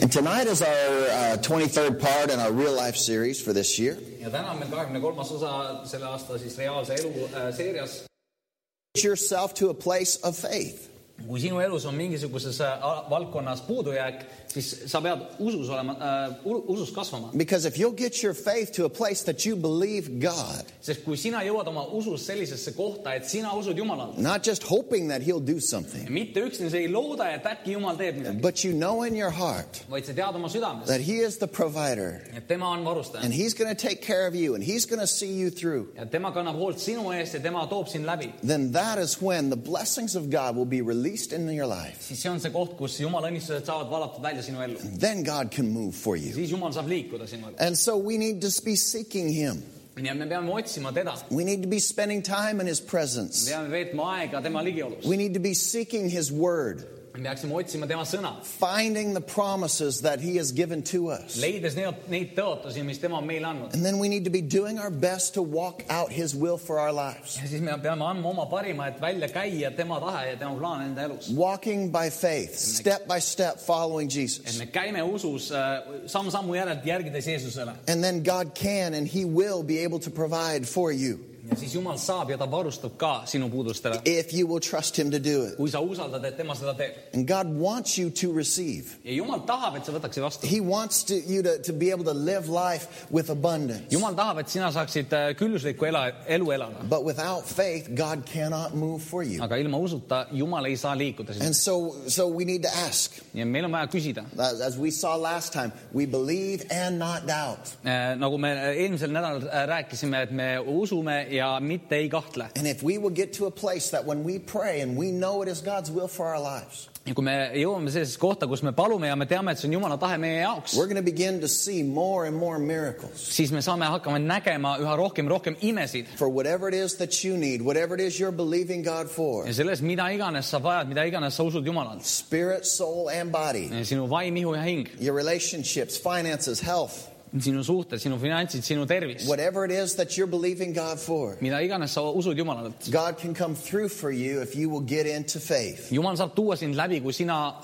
And tonight is our uh, 23rd part in our real life series for this year. ja täna on meil kahekümne kolmas osa selle aasta siis reaalse elu äh, seerias . Get yourself to a place of faith. kui sinu elus on mingisuguses äh, a- valdkonnas puudujääk , siis sa pead usus olema äh, , usus kasvama , Because if you'll get your faith to a place that you believe God, sest kui sina jõuad oma usus sellisesse kohta , et sina usud Jumalale , not just hoping that He'll do something, mitte üksnes ei looda , et äkki Jumal teeb midagi , but you know in your heart vaid sa tead oma südames , that He is the provider et tema on varustaja and He's going to take care of you and He's going to see you through, ja tema kannab hoolt sinu eest ja tema toob sind läbi , then that is when the blessings of God will be released into your life. siis see on see koht , kus Jumala õnnistused saavad valatud välja sinu ellu , Then God can move for you. siis Jumal saab liikuda sinu ellu And so we need to be seeking Him. ja me peame otsima teda , We need to be spending time in His presence. peame veetma aega tema ligiolus . We need to be seeking His Word, me peaksime otsima tema sõna , finding the promises that He has given to us. leides neid, neid tõotusi , mis tema on meile andnud . And then we need to be doing our best to walk out His will for our lives. ja siis me peame andma oma parima , et välja käia tema tahe ja tema plaan enda elus . Walking by faith, step by step, following et Jesus. me käime usus äh, samm sammu järelt , järgides Jeesusele And then God can and He will be able to provide for you ja siis Jumal saab ja ta varustab ka sinu puudustele , if you will trust Him to do it. kui sa usaldad , et tema seda teeb . And God wants you to receive. ja Jumal tahab , et sa võtaksid vastu . He wants to, you to, to be able to live life with abundance. Jumal tahab , et sina saaksid äh, külluslikku ela , elu elada , But without faith, God cannot move for you. aga ilma usuta Jumal ei saa liikuda sind . And so, so we need to ask. ja meil on vaja küsida , As as we saw last time, we believe and not doubt. nagu me eelmisel nädalal äh, rääkisime , et me usume ja mitte ei kahtle . And if we will get to a place that when we pray and we know it is God's will for our lives, ja kui me jõuame sellisesse kohta , kus me palume ja me teame , et see on Jumala tahe meie jaoks , we're going to begin to see more and more miracles. siis me saame hakkama nägema üha rohkem ja rohkem imesid For whatever it is that you need, whatever it is you're believing God for, ja selles , mida iganes sa vajad , mida iganes sa usud Jumalalt . spirit, soul, and body, sinu vaim , ihu ja hing , your relationships, finances, health, sinu suhted , sinu finantsid , sinu tervis , whatever it is that you're believing God for, mida iganes sa usud Jumalalt . God can come through for you if you will get into faith. Jumal saab tuua sind läbi , kui sina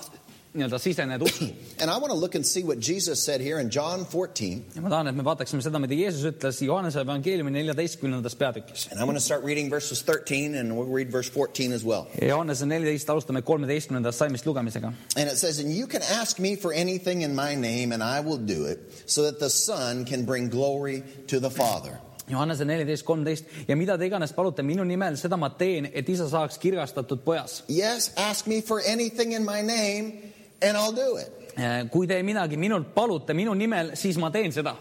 nii-öelda sisened usku . And I want to look and see what Jesus said here in John 14. ja ma tahan , et me vaataksime seda , mida Jeesus ütles Johannese evangeeliumi neljateistkümnendas peatükis . And I'm going to start reading verses 13 and we'll read verse 14 as well. Johannese neliteist alustame kolmeteistkümnendast salmist lugemisega And it says, And you can ask me for anything in my name, and I will do it, so that the Son can bring glory to the Father. Johannese neliteist , kolmteist ja mida te iganes palute minu nimel , seda ma teen , et isa saaks kirgastatud pojas . Yes, ask me for anything in my name, and I'll do it. Eh, kui te midagi minult palute minu nimel , siis ma teen seda .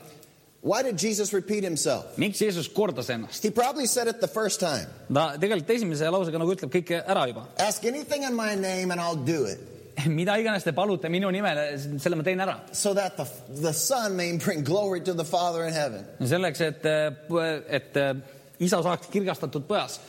Why did Jesus repeat himself? miks Jeesus kordas ennast ? He probably said it the first time ta tegelikult esimese lausega nagu ütleb kõik ära juba . Ask anything in my name, and I'll do it, mida iganes te palute minu nimel , selle ma teen ära . so that the, the Son may bring glory to the Father in heaven. selleks , et , et eh, isa saaks kirgastatud pojas .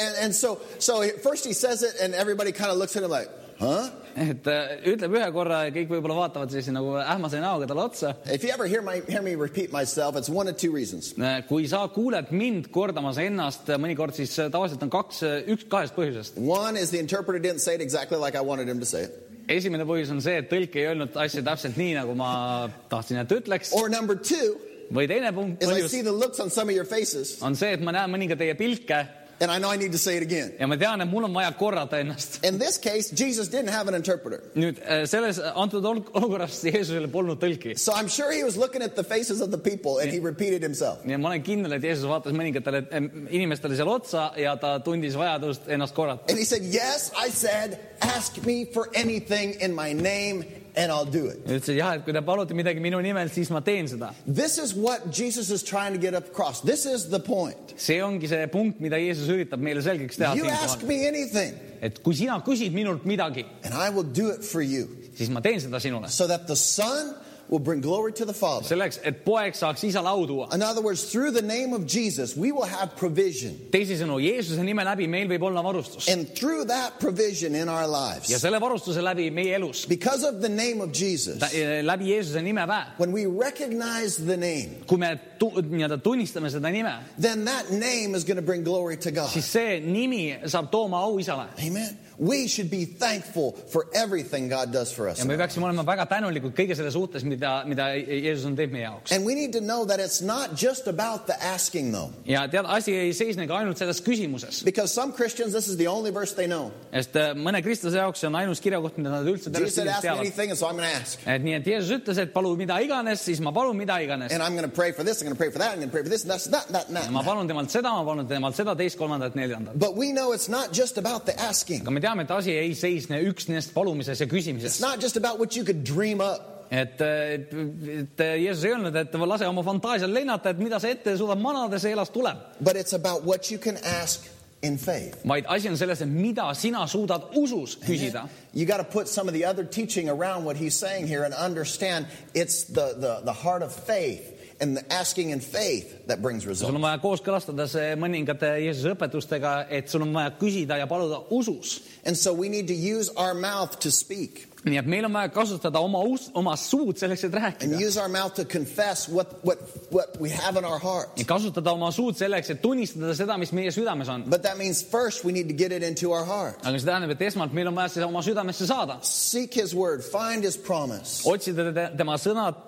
And, and so, so at first he says it, and everybody kind of looks at him like, Huh? et eh, ütleb ühe korra ja kõik võib-olla vaatavad siis nagu ähmase näoga talle otsa . If you ever hear, my, hear me repeat myself, it's one of two reasons. Eh, kui sa kuuled mind kordamas ennast mõnikord , siis tavaliselt on kaks , üks kahest põhjusest . One is the interpreter didn't say it exactly like I wanted him to say it. esimene põhjus on see , et tõlk ei öelnud asja täpselt nii , nagu ma tahtsin , et ütleks Or number two või teine punkt , is I põhjus see the looks on some of your faces on see , et ma näen mõningaid teie pilke and I know I need to say it again. ja ma tean , et mul on vaja korrata ennast . In this case, Jesus didn't have an interpreter. nüüd äh, selles antud ol- olukorras Jeesusel polnud tõlki So I'm sure he was looking at the faces of the people and he repeated himself. ja ma olen kindel , et Jeesus vaatas mõningatele äh, inimestele seal otsa ja ta tundis vajadust ennast korrata . And he said, Yes, I said, ask me for anything in my name and I'll do it. ja ütles , et jah , et kui te palute midagi minu nimel , siis ma teen seda . This is what Jesus is trying to get across. This is the point. see ongi see punkt , mida Jeesus üritab meile selgeks teha You ask siinkohal . me anything et kui sina küsid minult midagi , and I will do it for you siis ma teen seda sinule . so that the Son will bring glory to the Father. selleks , et poeg saaks isale au tuua . In other words, through the name of Jesus, we will have provision. teisisõnu , Jeesuse nime läbi meil võib olla varustus And through that provision in our ja lives, selle varustuse läbi meie elus , because of the name of Jesus, läbi Jeesuse nime väe . when we recognize the name, kui me tu- nii-öelda tunnistame seda nime , then that name is going to bring glory to God. siis see nimi saab tooma au isale Amen. We should be thankful for everything God does for us. ja me peaksime olema väga tänulikud kõige selle suhtes , mida , mida Jeesus on teinud meie jaoks . And we need to know that it's not just about the asking, though. ja tead , asi ei seisnegi ainult selles küsimuses , Because some Christians, this is the only verse they know. sest äh, mõne kristlase jaoks see on ainus kirjakoht , mida nad üldse Jesus tervest said, küljest Ask me teavad . anything, and so I'm going to ask. et nii , et Jeesus ütles , et palu mida iganes , siis ma palun mida iganes . And I'm going to pray for this, I'm going to pray for that, I'm going to pray for this, and that's that, that, and that. and ma that. palun temalt seda , ma palun temalt seda , teist , kolmandat , neljandat . But we know it's not just about the asking, aga me teame , et asi ei seisne üksnes palumises ja it's küsimises . not just about what you could dream up. et , et et Jeesus ei öelnud , et lase oma fantaasial lennata , et mida sa ette suudad manada , see elas tuleb . But it's about what you can ask in faith. vaid asi on selles , et mida sina suudad usus küsida You got to put some of the other teaching around what he's saying here and understand it's the, the, the heart of faith and the asking in faith that brings sul results. on vaja kooskõlastada see mõningate Jeesuse õpetustega , et sul on vaja küsida ja paluda usus . And so we need to use our mouth to speak nii et meil on vaja kasutada oma us- , oma suud selleks , et and rääkida . use our mouth to confess what, what, what we have in our heart. kasutada oma suud selleks , et tunnistada seda , mis meie südames on . But that means first we need to get it into our heart. aga see tähendab , et esmalt meil on vaja see oma südamesse saada , Seek his word, find his promise. otsida te- tema sõnad ,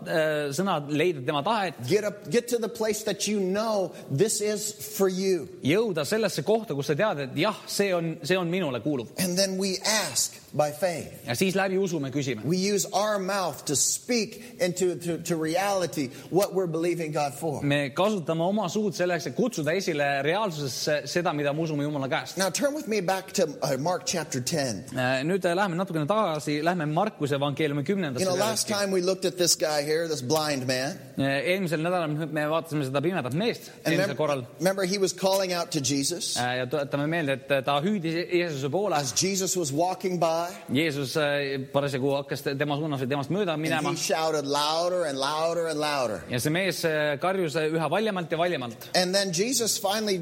sõnad , leida tema tahet , Get up get to the place that you know this is for you. jõuda sellesse kohta , kus sa tead , et jah , see on , see on minule kuuluv And then we ask by faith. ja siis läbi usu me küsime . We use our mouth to speak into to, to reality what we're believing God for. me kasutame oma suud selleks , et kutsuda esile reaalsusesse seda , mida me usume Jumala käest . Now turn with me back to uh, Mark chapter 10. nüüd äh, lähme natukene tagasi , lähme Markuse evangeeliumi You know, last kümnendasse . time we looked at this guy here, this blind man. Äh, eelmisel nädalal me vaatasime seda pimedat meest And eelmisel korral remember, remember, he was calling out to Jesus Äh, ja tuletame meelde , et äh, ta hüüdis Jeesuse poole , as Jesus was walking by. Jeesus äh, parasjagu hakkas te- tema suunas või temast mööda And minema he shouted louder and louder and louder. ja see mees äh, karjus äh, üha valjemalt ja valjemalt And then Jesus finally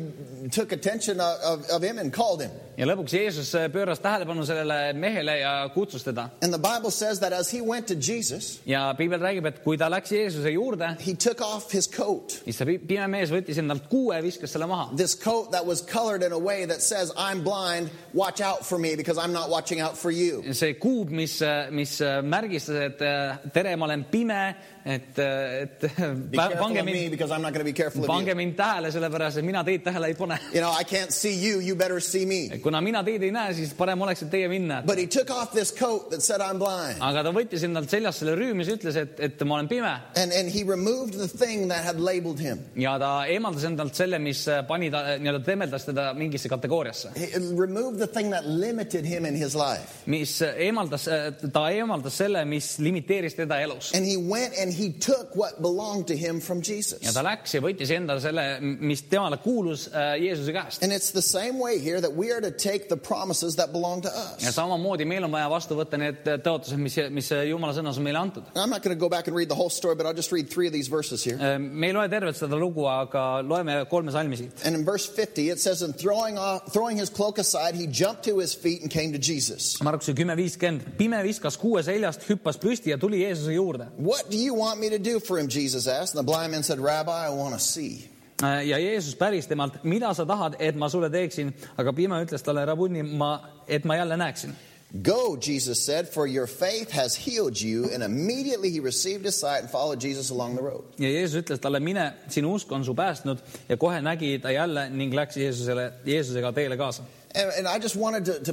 took attention of, of, of him and called him. ja lõpuks Jeesus äh, pööras tähelepanu sellele mehele ja kutsus teda And the Bible says that as he went to Jesus, ja piibel räägib , et kui ta läks Jeesuse juurde , he took off his coat. siis see pi- pime mees võttis endalt kuue ja viskas selle maha . This coat that was colored in a way that says, I'm blind, watch out for me because I'm not watching out for you. see kuub , mis , mis märgistas , et äh, tere , ma olen pime , et , et Be pa- careful pange of me mind , because I'm not going to be careful of pange you. mind tähele , sellepärast et mina teid tähele ei pane . You know, I can't see you, you better see me. kuna mina teid ei näe , siis parem oleks , et teie minna . But he took off this coat that said, I'm blind. aga ta võttis endalt seljast selle rüümis , ütles , et , et ma olen pime And, and he removed the thing that had labeled him, ja ta eemaldas endalt selle , mis äh, pani ta nii-öelda temeldas teda mingisse kategooriasse , he removed the thing that limited him in his life. mis äh, eemaldas , ta eemaldas selle , mis limiteeris teda elus And he went and he took what belonged to him from ja Jesus. ta läks ja võttis endale selle , mis temale kuulus äh, Jeesuse käest . And it's the same way here that we are to take the promises that belong to ja us. samamoodi meil on vaja vastu võtta need äh, tõotused , mis , mis äh, Jumala sõnas on meile antud . And I'm not going to go back and read the whole story, but I'll just read three of these verses here. Äh, me ei loe tervet seda lugu , aga loeme kolme salmi siit . And in verse 50, it says, And throwing, off, throwing his cloak aside, he jumped to his feet and came to Jesus. Markuse kümme viiskümmend . pime viskas kuue seljast , hüppas püsti ja tuli Jeesuse juurde . What do you want me to do for him? Jesus asked. And the blind man said, Rabbi, I want to see. Äh, ja Jeesus päris temalt , mida sa tahad , et ma sulle teeksin , aga pime ütles talle , Rabuni , ma , et ma jälle näeksin . Go, Jesus said, for your faith has healed you. And immediately he received his sight and followed Jesus along the road. ja Jeesus ütles talle , mine , sinu usk on su päästnud ja kohe nägi ta jälle ning läks Jeesusele , Jeesusega teele kaasa . And, and I just wanted to, to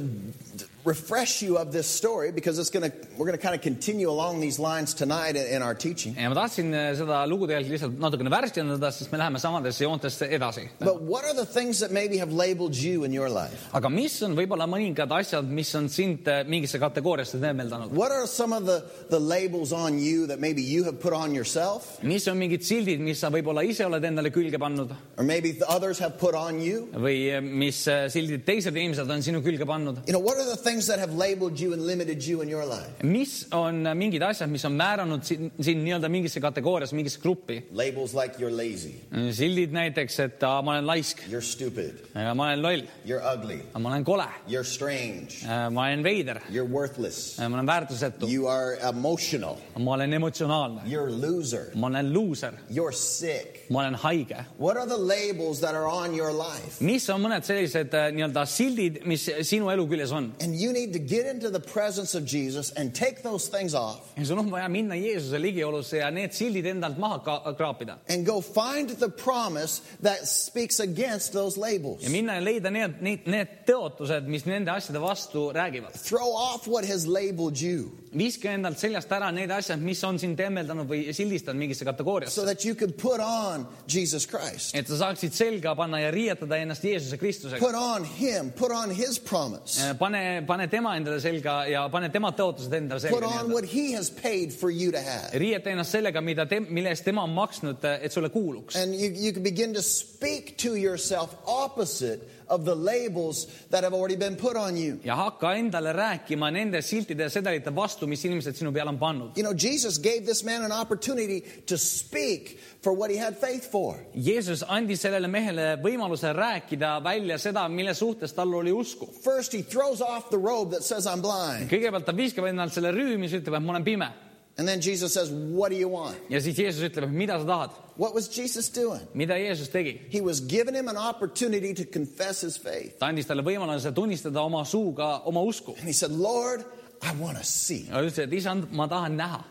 refresh you of this story because it's gonna, we're going to kind of continue along these lines tonight in, in our teaching. ja ma tahtsin eh, seda lugu tegelikult lihtsalt natukene värskendada , sest me läheme samadesse joontesse edasi . But what are the things that maybe have labeled you in your life? aga mis on võib-olla mõningad asjad , mis on sind eh, mingisse kategooriasse teemeldanud ? What are some of the, the labels on you that maybe you have put on yourself mis on mingid sildid , mis sa võib-olla ise oled endale külge pannud äh, or maybe the others have put on you? või eh, mis eh, sildid teised inimesed on sinu külge pannud ? You know, what are the things that have labeled you and limited you in your life? mis on mingid asjad , mis on määranud sind sind nii-öelda mingisse kategooriasse , mingisse gruppi . Labels like you're lazy, sildid näiteks , et aa, ma olen laisk , you're stupid, ma olen loll , you're ugly, ma olen kole , you're strange, ma olen veider , you're worthless, ma olen väärtusetu , you are emotional, ma olen emotsionaalne , you're a loser, ma olen luuser , you're sick. ma olen haige . What are the labels that are on your life? mis on mõned sellised äh, nii-öelda sildid , mis sinu elu küljes on ? And you need to get into the presence of Jesus and take those things off ja sul on vaja minna Jeesuse ligiolusse ja need sildid endalt maha ka- kraapida and go find the promise that speaks against those labels. ja minna ja leida need , need , need tõotused , mis nende asjade vastu räägivad . Throw off what has labeled you viska endalt seljast ära need asjad , mis on sind temmeldanud või sildistanud mingisse kategooriasse , so that you can put on Jesus Christ. et sa saaksid selga panna ja riietada ennast Jeesuse Kristusega . Put on Him. Put on His promise. pane , pane tema endale selga ja pane tema tõotused endale Put selga on nii-öelda . what He has paid for you to have. riieta ennast sellega , mida te , mille eest tema on maksnud , et sulle kuuluks . And you, you can begin to speak to yourself opposite of the labels that have already been put on you. ja hakka endale rääkima nende siltide ja sedelite vastu , mis inimesed sinu peale on pannud . You know, Jesus gave this man an opportunity to speak for what he had faith for. Jeesus andis sellele mehele võimaluse rääkida välja seda , mille suhtes tal oli usku . First, he throws off the robe that says, I'm blind. kõigepealt ta viskab endalt selle rüü , mis ütleb , et ma olen pime And then Jesus says, What do you want? ja siis Jeesus ütleb , et mida sa tahad , What was Jesus doing? mida Jeesus tegi . He was giving him an opportunity to confess his faith. ta andis talle võimaluse tunnistada oma suuga oma usku . And he said, Lord, I want to see. ta ütles , et isand , ma tahan näha .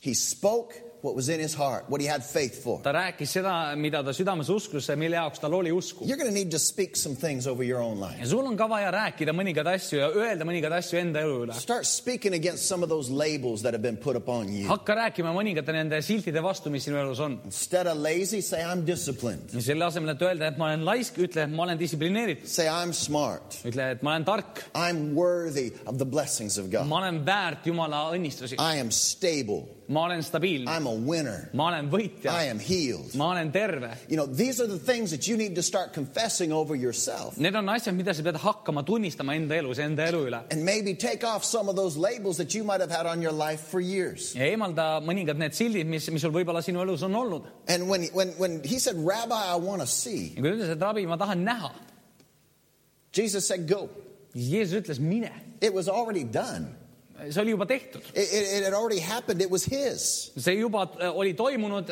He spoke what was in his heart, what he had faith for. ta rääkis seda , mida ta südames uskus ja mille jaoks tal oli usku . You're going to need to speak some things over your own life. ja sul on ka vaja rääkida mõningaid asju ja öelda mõningaid asju enda elu üle . Start speaking against some of those labels that have been put upon you. hakka rääkima mõningate nende siltide vastu , mis sinu elus on . Instead of lazy, say, I'm disciplined. selle asemel , et öelda , et ma olen laisk , ütle , et ma olen distsiplineeritud . Say, I'm smart. ütle , et ma olen tark , I'm worthy of the blessings of God. ma olen väärt Jumala õnnistusi , I am stable. ma olen stabiilne , I'm a winner. ma olen võitja I , am healed. ma olen terve . You know, these are the things that you need to start confessing over yourself. Need on asjad , mida sa pead hakkama tunnistama enda elus , enda elu üle . And maybe take off some of those labels that you might have had on your life for years. ja eemalda mõningad need sildid , mis , mis sul võib-olla sinu elus on olnud . And when, when, when he said, Rabbi, I want to see, ja kui ta ütles , et rabi , ma tahan näha , Jesus said, Go. siis Jeesus ütles , mine . It was already done, see oli juba tehtud , it, it, it had already happened, it was his. see juba äh, oli toimunud ,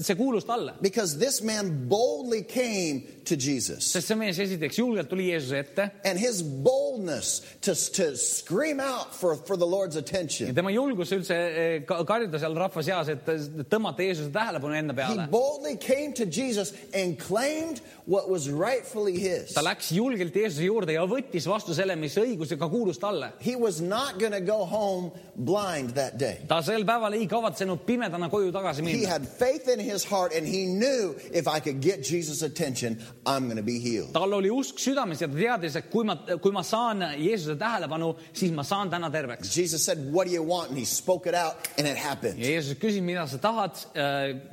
see kuulus talle . Because this man boldly came to Jesus. sest see mees esiteks julgelt tuli Jeesuse ette And his boldness to, to scream out for, for the Lord's ja attention. tema julgus üldse eh, ka- karjuda seal rahva seas , et äh, tõmmata Jeesuse tähelepanu enda He peale . boldly came to Jesus and claimed what was rightfully his. ta läks julgelt Jeesuse juurde ja võttis vastu selle , mis õigusega kuulus talle . He was not going to go home blind that day. ta sel päeval ei kavatsenud pimedana koju tagasi He minna . had faith in his heart and he knew if I could get Jesus' attention, I'm going to be healed. tal oli usk südames ja ta teadis , et kui ma , kui ma saan Jeesuse tähelepanu , siis ma saan täna terveks . Jesus said, What do you want? And he spoke it out and it happened. ja Jeesus küsis , mida sa tahad ,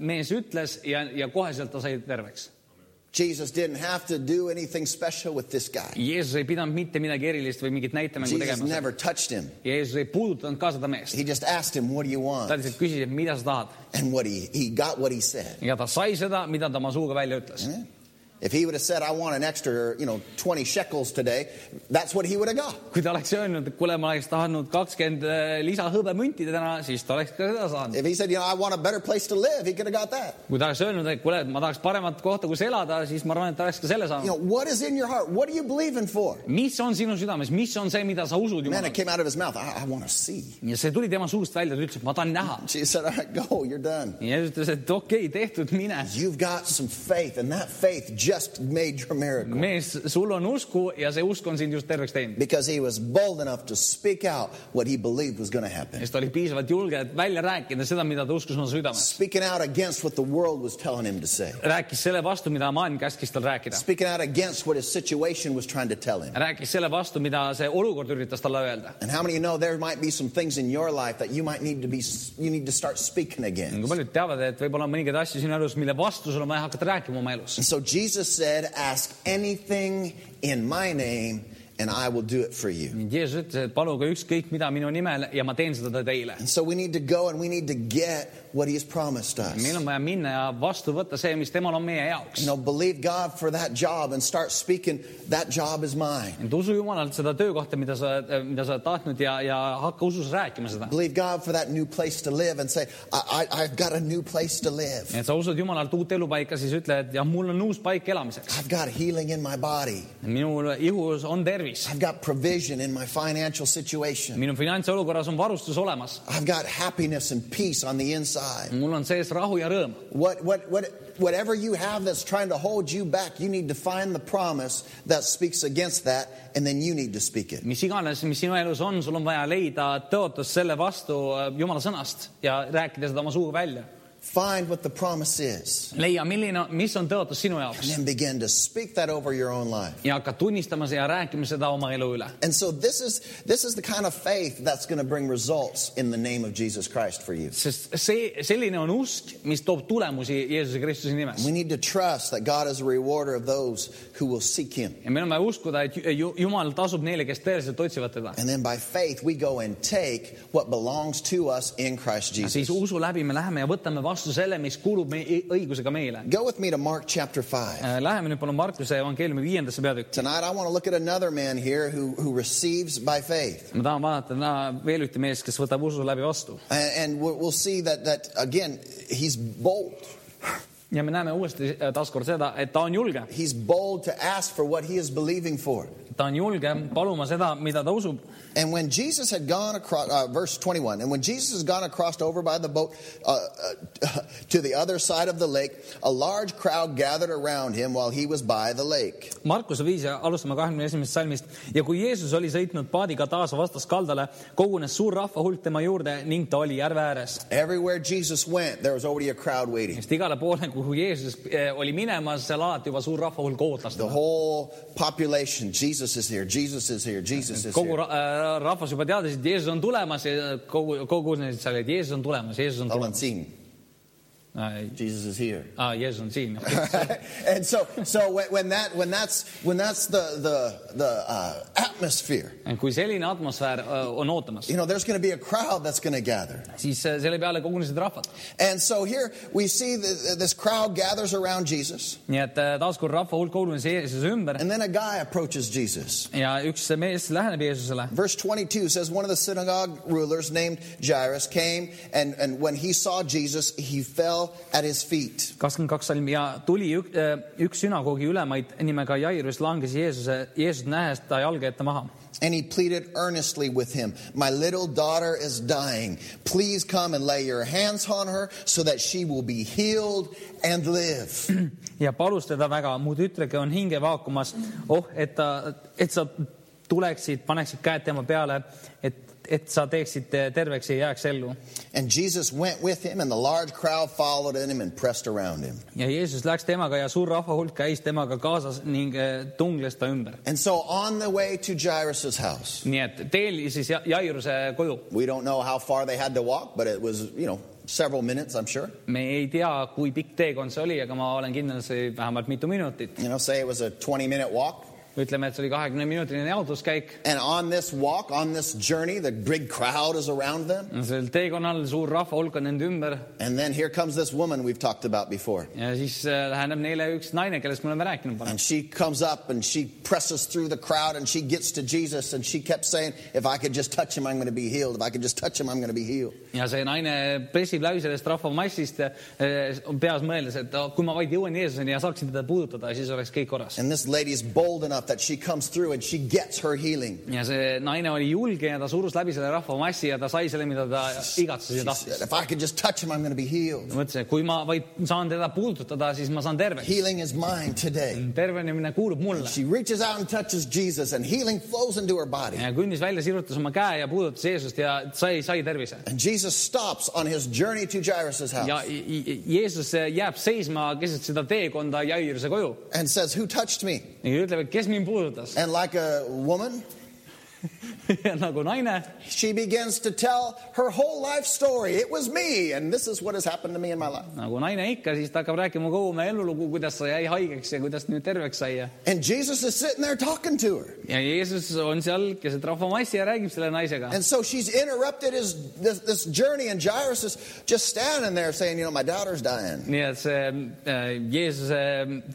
mees ütles ja , ja koheselt ta sai terveks . Jesus didn't have to do anything special with this guy, Jeesus ei pidanud mitte midagi erilist või mingit näitemängu Jesus tegema . never touched him. Jeesus ei puudutanud ka seda meest . He just asked him, What do you want? ta lihtsalt küsis , et mida sa tahad And what he, he got what he said. ja ta sai seda , mida ta oma suuga välja ütles . If he would have said, I want an extra, you know, 20 shekels today, that's what he would have got. kui ta oleks öelnud , et kuule , ma oleks tahtnud kakskümmend äh, lisahõbemünti täna , siis ta oleks ka seda saanud . If he said, you know, I want a better place to live, he could have got that. kui ta oleks öelnud , et kuule , ma tahaks paremat kohta , kus elada , siis ma arvan , et ta oleks ka selle You know, saanud . what is in your heart? What are you believing for? mis on sinu südames , mis on see , mida sa usud Man, it Jumalale ? came out of his mouth. I, I want to see. ja see tuli tema suust välja , ta ütles , et ma tahan näha . Jesus said, all right, go, you're done. ja ta ütles , et okei okay, , tehtud , mine . You've got some faith, and that faith just made your miracle mees , sul on usku ja see usk on sind just terveks teinud . because he was bold enough to speak out what he believed was going to happen. sest ta oli piisavalt julge , et välja rääkida seda , mida ta uskus oma südames . Speaking out against what the world was telling him to say, rääkis selle vastu , mida maailm käskis tal rääkida . speaking out against what his situation was trying to tell him. rääkis selle vastu , mida see olukord üritas talle öelda . And how many of you know there might be some things in your life that you might need to be you need to start speaking kui against. paljud teavad , et võib-olla on mõningaid asju sinu elus , mille vastu sul on vaja hakata rääkima oma elus . And so Jesus said, "Ask anything in my name, and I will do it for you. ning Jeesus ütles , et paluge ükskõik mida minu nimel ja ma teen seda teile . And so we need to go and we need to get what He's promised us. You meil on vaja minna ja vastu võtta see , mis temal on meie jaoks . know, believe God for that job and start speaking, that job is mine. et usu Jumalalt seda töökohta , mida sa , mida sa oled tahtnud ja , ja hakka usus rääkima seda . Believe God for that new place to live and say, I, I, I've got a new place to live. et sa usud Jumalalt uut elupaika , siis ütle , et jah , mul on uus paik elamiseks . I've got healing in my body. minul ihus on tervis , I've got provision in my financial situation. minu finantsolukorras on varustus olemas , I've got happiness and peace on the inside. mul on sees rahu ja rõõm . What, what, what, whatever you have that's trying to hold you back, you need to find the promise that speaks against that, and then you need to speak it. mis iganes , mis sinu elus on , sul on vaja leida tõotust selle vastu äh, Jumala sõnast ja rääkida seda oma suu välja . Find what the promise is, leia , milline , mis on tõotus sinu and jaoks then begin to speak that over your own life. ja hakka tunnistama ja rääkima seda oma elu üle . And so this is this is the kind of faith that's going to bring results in the name of Jesus Christ for you. sest see , selline on usk , mis toob tulemusi Jeesuse Kristuse nimes . We need to trust that God is a rewarder of those who will seek him. ja meil on vaja uskuda , et Ju- Ju- Jumal tasub neile , kes tõeliselt otsivad teda . And then by faith, we go and take what belongs to us in Christ siis Jesus. usu läbi me läheme ja võtame vastu selle , mis kuulub me õigusega meile . Go with me to Mark chapter 5. Läheme nüüd palun Markuse evangeeliumi viiendasse peatükki . Tonight, I want to look at another man here who, who receives by faith. ma tahan vaadata täna veel ühte meest , kes võtab usu läbi vastu And, and we'll we'll see that, that, again, he's bold. ja me näeme uuesti äh, taaskord seda , et ta on julge , He's bold to ask for what he is believing for. ta on julge paluma seda , mida ta usub . And when Jesus had gone across, uh, verse 21, and when Jesus had gone across over by the boat uh, uh, to the other side of the lake, a large crowd gathered around him while he was by the lake. Markuse viis ja alustame kahekümne esimesest salmist ja kui Jeesus oli sõitnud paadiga taas vastas kaldale , kogunes suur rahvahulk tema juurde ning ta oli järve ääres . Everywhere Jesus went, there was already a crowd waiting. sest igale poole , kuhu Jeesus eh, oli minemas , seal alati juba suur rahvahulk ootas The teda . whole population, Jesus is here, Jesus is here, Jesus is kogu here. ra äh, rahvas juba teadis , et Jeesus on tulemas ja kogu , kogunesid seal , et Jeesus on tulemas , Jeesus on Olen tulemas . siin. Jesus is here. Ah, Jeesus on siin . and so, so when, when that when that's when that's the the the uh, atmosphere, kui selline atmosfäär äh, on ootamas you , know, there's going to be a crowd that's going to gather. siis äh, selle peale kogunesid rahvad And so here we see the, this crowd gathers around Jesus, nii et äh, taaskord rahva hulk kogunes Jeesuse ümber and then a guy approaches Jesus. ja üks mees läheneb Jeesusele Verse 22 says, One of the synagogue rulers named Jairus came, and, and when he saw Jesus, he fell at his feet. kakskümmend kaks salm ja tuli ük, äh, üks sünagoogi ülemaid nimega Jairus langes Jeesuse , Jeesust nähes ta jalge ette maha And he pleaded earnestly with him, My little daughter is dying. Please come and lay your hands on her so that she will be healed and live. ja palus teda väga , mu tütreke on hinge vaakumas . oh , et ta , et sa tuleksid , paneksid käed tema peale , et , et sa teeksid terveks ja jääks ellu . And Jesus went with him, and the large crowd followed him and pressed around him. ja Jeesus läks temaga ja suur rahva hulk käis temaga kaasas ning äh, tungles ta ümber . And so on the way to Jairus' house, nii et teel siis Ja- Jairuse koju we don't know how far they had to walk, but it was, you know, several minutes, I'm sure. me ei tea , kui pikk teekond see oli , aga ma olen kindel , see vähemalt mitu minutit . You know, say it was a 20 minute walk. ütleme , et see oli kahekümne minutiline jaotuskäik . And on this walk, on this journey, the big crowd is around them. sel teekonnal suur rahvahulk on nende ümber And then here comes this woman we've talked about before. ja siis äh, läheneb neile üks naine , kellest me oleme rääkinud varem And . she comes up and she presses through the crowd and she gets to Jesus and she kept saying, If I could just touch him, I'm going to be healed. If I could just touch him, I'm going to be healed. ja see naine pressib läbi sellest rahvamassist äh, peas mõeldes , et oh, kui ma vaid jõuan Jeesuseni ja saaksin teda puudutada , siis oleks kõik korras . And this lady is bold enough that she comes through and she gets her healing. ja see naine oli julge ja ta surus läbi selle rahvamassi ja ta sai selle , mida ta igatses She ja said, tahtis . If I could just touch him, I'm going to be healed. mõtlesin , et kui ma vaid saan teda puudutada , siis ma saan terveks . Healing is mine today. tervenemine kuulub mulle . She reaches out and touches Jesus, and healing flows into her body. ja kõnnis välja , sirutas oma käe ja puudutas Jeesust ja sai , sai tervise . And Jesus stops on his journey to Jairus' ja house I- I- Jeesus jääb seisma keset seda teekonda Jairuse koju and says, Who touched me? ja ütleb , et kes mind puudutas . And like a woman, nagu naine She begins to tell her whole life story. It was me, and this is what has happened to me in my life. nagu naine ikka , siis ta hakkab rääkima kogu oma elulugu , kuidas ta jäi haigeks ja kuidas nüüd terveks sai ja , And Jesus is sitting there talking to her. ja Jeesus on seal keset rahvamassi ja räägib selle naisega . And so she's interrupted his, this, this journey, and Jairus is just standing there saying, You know, my daughter's dying. nii et see äh, Jeesuse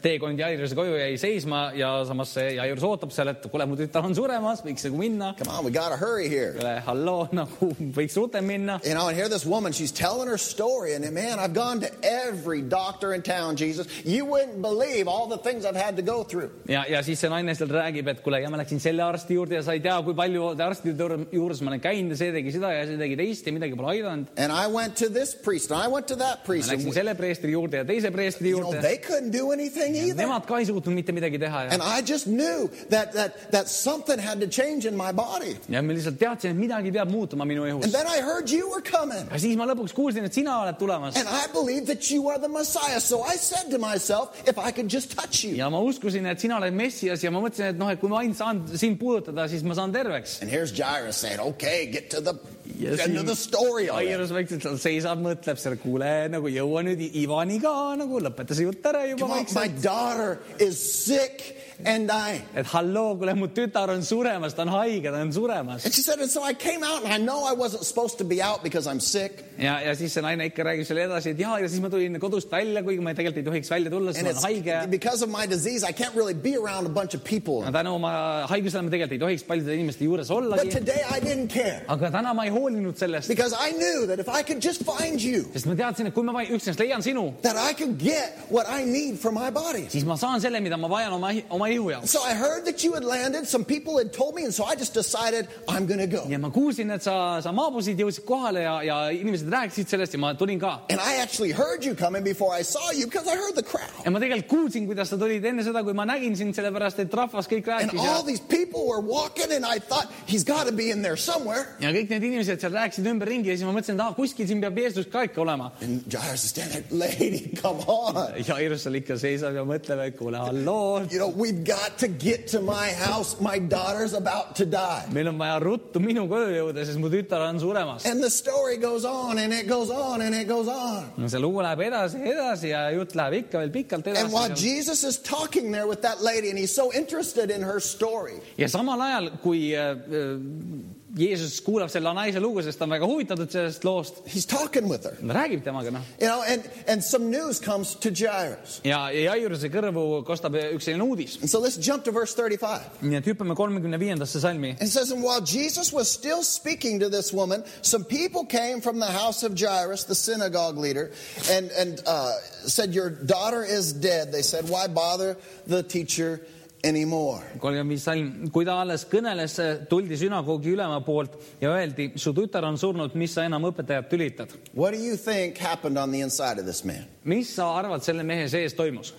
teekond Jairuse koju jäi seisma ja samas see Jairus ootab seal , et kuule , mu tütar on suremas , võiks nagu minna . Come on, we got to hurry here. halloo , nagu võiks rutem minna . You know, and here this woman, she's telling her story, and man, I've gone to every doctor in town, Jesus. You wouldn't believe all the things I've had to go through. ja , ja siis see naine seal räägib , et kuule , ja ma läksin selle arsti juurde ja sa ei tea , kui palju arstide juur- juures ma olen käinud ja see tegi seda ja see tegi teist ja midagi pole aidanud . And I went to this priest, and I went to that priest. ma And läksin selle preestri juurde ja teise preestri you know, juurde . they couldn't do anything either. Nemad ka ei suutnud mitte midagi teha ja , And I just knew that, that, that something had to change in my body. ja ma lihtsalt teadsin , et midagi peab muutuma minu And ihus . then I heard you were coming. aga siis ma lõpuks kuulsin , et sina oled tulemas And I believe that you are the Messiah. So I said to myself, if I could just touch you. ja ma uskusin , et sina oled Messias ja ma mõtlesin , et noh , et kui ma ainult saan sind puudutada , siis ma saan terveks . And here's Jairus saying, okay, get to the Yes, end you- of the story. already." Jairus vaikselt seal seisab , mõtleb seal , kuule , nagu jõua nüüd Ivani ka nagu lõpeta see jutt ära juba Come on, vaikselt my daughter is sick and dying. et halloo , kuule , mu tütar on suremas , ta on haige , ta on suremas And she said, and so I came out and I know I wasn't supposed to be out because I'm sick. ja , ja siis see naine ikka räägib selle edasi , et jaa , ja siis ma tulin kodust välja , kuigi ma tegelikult ei tohiks välja tulla , sest And ma olen haige . it's because of my disease, I can't really be around a bunch of people. tänu oma haigusele ma tegelikult ei tohiks paljude inimeste juures But ollagi , today I didn't care aga täna ma ei hoolinud sellest , because I knew that if I could just find you, sest ma teadsin , et kui ma vai- üksnes leian sinu , that I could get what I need for my body. siis ma saan selle , mida ma vajan oma , oma ihu jaoks . So I heard that you had landed. Some people had told me, and so I just decided I'm going to go. ja ma kuulsin , et sa , sa maabusid , jõudsid kohale ja , ja inimesed rääkisid sellest ja ma tulin ka . And I actually heard you coming before I saw you because I heard the crowd. ja ma tegelikult kuulsin , kuidas sa tulid enne seda , kui ma nägin sind , sellepärast et rahvas kõik And rääkis ja all these people were walking, and I thought, he's got to be in there somewhere. ja kõik need inimesed seal rääkisid ümberringi ja siis ma mõtlesin , et aa , kuskil siin peab Jeesus ka ikka olema . And Jairus is standing there, lady, come on. Jairus seal ikka seisab ja mõtleb , et kuule , halloo , You know, we've got to get to my house. My daughter's about to die. meil on vaja ruttu minu koju jõuda , sest mu tütar on suremas . And the story goes on, and it goes on, and it goes on. no see lugu läheb edasi , edasi ja jutt läheb ikka veel pikalt And while edasi . Jesus is talking there with that lady, and he's so interested in her story, ja samal ajal , kui äh, äh, Jeesus kuulab selle naise lugu , sest ta on väga huvitatud sellest loost , he's talking with her. ta räägib temaga , noh . You know, and, and some news comes to Jairus. ja , ja Jairuse kõrvu kostab üks selline uudis . And so let's jump to verse 35. nii et hüppame kolmekümne viiendasse salmi It says, And while Jesus was still speaking to this woman, some people came from the house of Jairus, the synagogue leader, and, and uh, said, Your daughter is dead. They said, Why bother the teacher anymore? kolmkümmend viis salm , kui ta alles kõneles , tuldi sünagoogi ülema poolt ja öeldi , su tütar on surnud , mis sa enam õpetajat tülitad . What do you think happened on the inside of this man? mis sa arvad , selle mehe sees toimus ?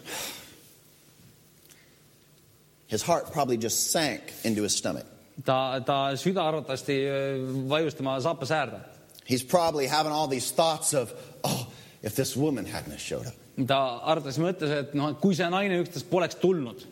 His heart probably just sank into his stomach. ta , ta süda arvatavasti öö, vajus tema saapas äärde . He's probably having all these thoughts of, Oh, if this woman hadn't have showed up, ta arvatavasti mõtles , et noh , kui see naine üksteist poleks tulnud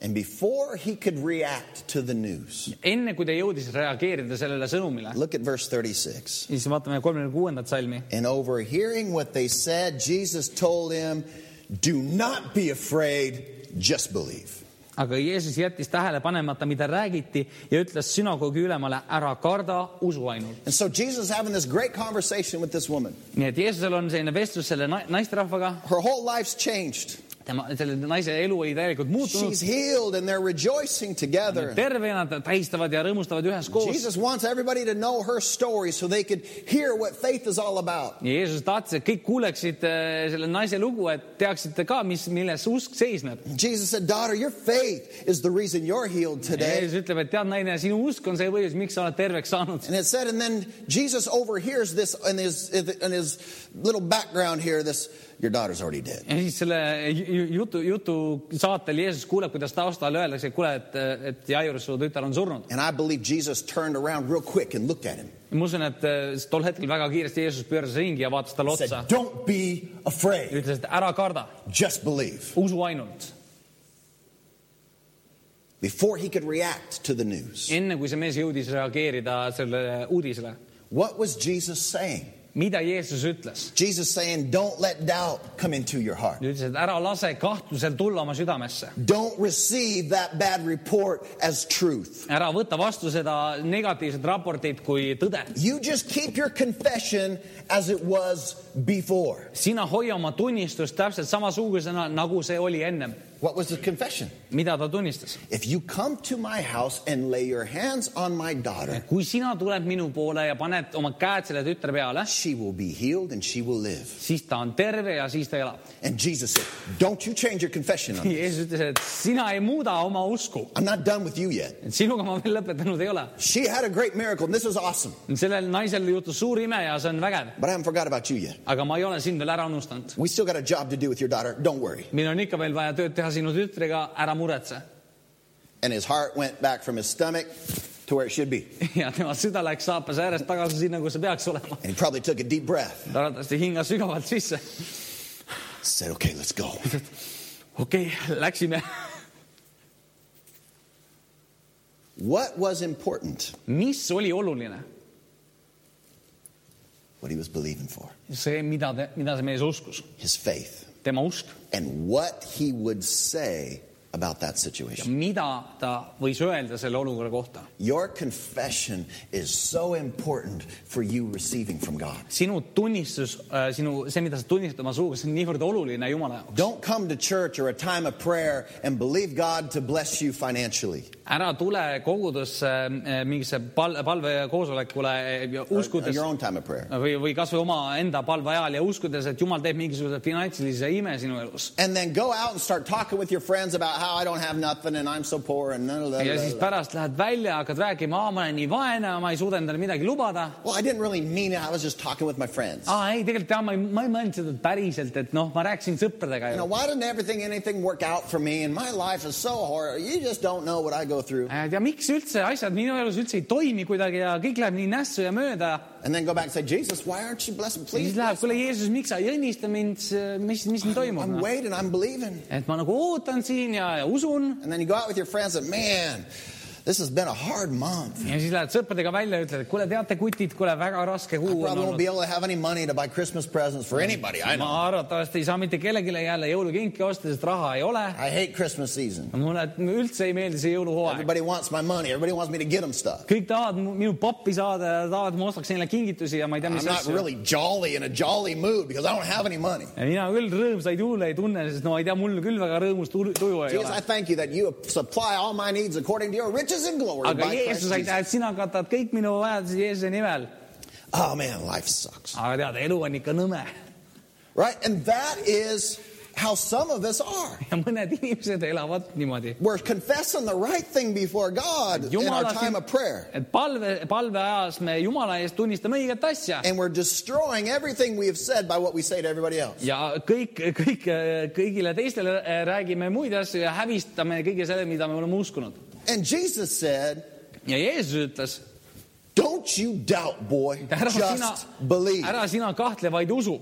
And before he could react to the news, enne kui ta jõudis reageerida sellele sõnumile , look at verse 36. siis vaatame kolmekümne kuuendat salmi . And overhearing what they said, Jesus told him, Do not be afraid, just believe. aga Jeesus jättis tähele panemata , mida räägiti ja ütles sünagoogi ülemale , ära karda , usu ainult . And so Jesus is having this great conversation with this woman. nii et Jeesusel on selline vestlus selle na- naisterahvaga Her whole life's changed. tema , selle naise elu oli täielikult She's muutunud , healed and they're rejoicing together. tervena nad tähistavad ja rõõmustavad üheskoos . Jesus wants everybody to know her story so they could hear what faith is all about. ja Jeesus tahtis , et kõik kuuleksid eh, selle naise lugu , et teaksite ka , mis , milles usk seisneb . Jesus said, Daughter, your faith is the reason you're healed today. Jeesus ütleb , et tead , naine , sinu usk on see põhjus , miks sa oled terveks saanud . And it said, and then Jesus overhears this in his, in his little background here this, Your daughter's already dead. ja siis selle ju- ju- jutu , jutu saatel Jeesus kuuleb , kuidas taustal öeldakse , kuule , et , et Jairus , su tütar on surnud . And I believe Jesus turned around real quick and looked at him. ma usun , et eh, tol hetkel väga kiiresti Jeesus pööras ringi ja vaatas talle otsa Said, Don't be ja afraid, ütles , et ära karda , just believe. usu ainult . before he could react to the news. enne kui see mees jõudis reageerida sellele uudisele . What was Jesus saying? mida Jeesus ütles ? Jesus saying, Don't let doubt come into your heart. ta ütles , et ära lase kahtlusel tulla oma südamesse . Don't receive that bad report as truth. ära võta vastu seda negatiivset raportit kui tõde . You just keep your confession as it was before. sina hoia oma tunnistust täpselt samasugusena , nagu see oli ennem , What was the confession? mida ta tunnistas . If you come to my house and lay your hands on my daughter, kui sina tuled minu poole ja paned oma käed selle tütre peale , she will be healed and she will live. siis ta on terve ja siis ta elab . And Jesus said, Don't you change your confession on me. Jeesus ütles , et sina ei muuda oma usku , I'm not done with you yet. et sinuga ma veel lõpetanud ei ole . She had a great miracle, and this is awesome, sellel naisel juhtus suur ime ja see on vägev , but I haven't forgot about you yet. aga ma ei ole sind veel ära unustanud . We still got a job to do with your daughter. Don't worry. meil on ikka veel vaja tööd teha sinu tütrega , ära muretse . And his heart went back from his stomach to where it should be. ja tema süda läks saapas äärest tagasi sinna , kus see peaks olema . And he probably took a deep breath. ta arvatavasti hingas sügavalt sisse . Said, okay, let's go. okei okay, , läksime . What was important? mis oli oluline ? What he was believing for see , mida , mida see mees uskus , his faith tema usk , and what he would say about that situation. mida ta võis öelda selle olukorra kohta . Your confession is so important for you receiving from God. sinu tunnistus , sinu , see , mida sa tunnistad oma suuga , see on niivõrd oluline Jumala jaoks . Don't come to church or a time of prayer and believe God to bless you financially. ära tule kogudusse äh, mingisse pal- , palvekoosolekule äh, ja Or uskudes Your own time of prayer. või , või kasvõi omaenda palve ajal ja uskudes , et Jumal teeb mingisuguse finantsilise ime sinu elus . And then go out and start talking with your friends about how I don't have nothing and I'm so poor and blah, blah, blah, ja blah, siis blah. pärast lähed välja , hakkad rääkima , aa , ma olen nii vaene , ma ei suuda endale midagi lubada . Well, I didn't really mean it. I was just talking with my friends. aa , ei , tegelikult jah , ma ei , ma ei mõelnud seda päriselt , et noh , ma rääkisin sõpradega You know, ju . why didn't everything, anything work out for me? And my life is so horrible. You just don't know what I go through. Äh, ja miks üldse asjad minu elus üldse ei toimi kuidagi ja kõik läheb nii nässu ja mööda . And then go back and say, Jesus, why aren't you blessing? siis Please. läheb , kuule Jeesus , miks sa ei õnnista mind , mis , mis siin toimub I'm no? ? waiting. I'm believing. et ma nagu ootan siin ja, ja usun And then you go out with your friends and man, this has been a hard month. ja siis lähed sõpradega välja ja ütled , et kuule , teate , kutid , kuule , väga raske I kuu on probably won't olnud be . able to have any money to buy Christmas presents for anybody. I ma know. arvatavasti ei saa mitte kellelegi jälle jõulukinki osta , sest raha ei ole . I hate Christmas season. mulle üldse ei meeldi see jõuluhooaeg . Everybody wants my money. Everybody wants me to get them stuff. kõik tahavad mu- minu pappi saada ja tahavad , et ma ostaks neile kingitusi ja ma ei tea , I'm mis not asju . really jolly in a jolly mood because I don't have any money. ja mina küll rõõmsaid juule ei tunne , sest no ma ei tea , mul küll väga rõõmus tu- tuju ei Jesus, I ole . thank you that you supply all my needs according to your riches and glory. aga by Christ Jeesus , Jesus. aitäh , et sina katad kõik minu vajadused Jeesuse nimel . Oh man, life sucks. aga tead , elu on ikka nõme Right? And that is how some of us are. ja mõned inimesed elavad niimoodi . We're confessing the right thing before God in our jumala time of prayer. et palve , palve ajas me Jumala eest tunnistame õiget asja And we're destroying everything we have said by what we say to everybody else. ja kõik , kõik , kõigile teistele äh, räägime muid asju ja hävistame kõige selle , mida me oleme uskunud . And Jesus said, ja Jeesus ütles , Don't you doubt, boy. ära sina Just believe. , ära sina kahtle , vaid usu ,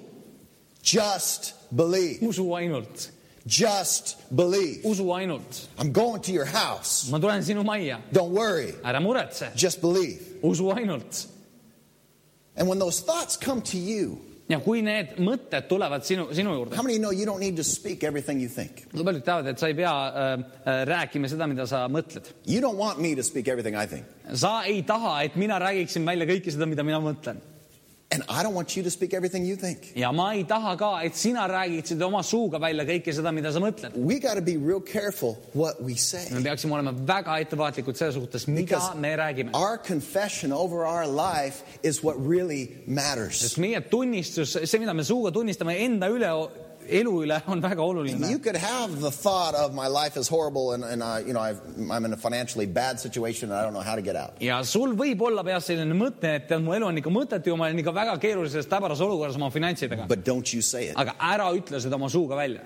Just believe. usu ainult , Just believe. usu ainult . I'm going to your house. ma tulen sinu majja , Don't worry. ära muretse , Just believe. usu ainult . And when those thoughts come to you, ja kui need mõtted tulevad sinu , sinu juurde how , many know you don't need to speak everything you think? kui paljud teavad , et sa ei pea äh, äh, rääkima seda , mida sa mõtled . You don't want me to speak everything I think. sa ei taha , et mina räägiksin välja kõike seda , mida mina mõtlen And I don't want you to speak everything you think. ja ma ei taha ka , et sina räägiksid oma suuga välja kõike seda , mida sa mõtled . We got to be real careful what we me say. peaksime olema väga ettevaatlikud selle suhtes , mida Because- me räägime . Our confession over our life is what really matters. sest meie tunnistus , see , mida me suuga tunnistame enda üle , elu üle , on väga oluline You . could have the thought of my life is horrible and, and I, you know, I've, I'm in a financially bad situation and I don't know how to get out. ja sul võib olla peas selline mõte , et tead , mu elu on ikka mõttetu ja ma olen ikka väga keerulises täbaras olukorras oma finantsidega . But don't you say it. aga ära ütle seda oma suuga välja .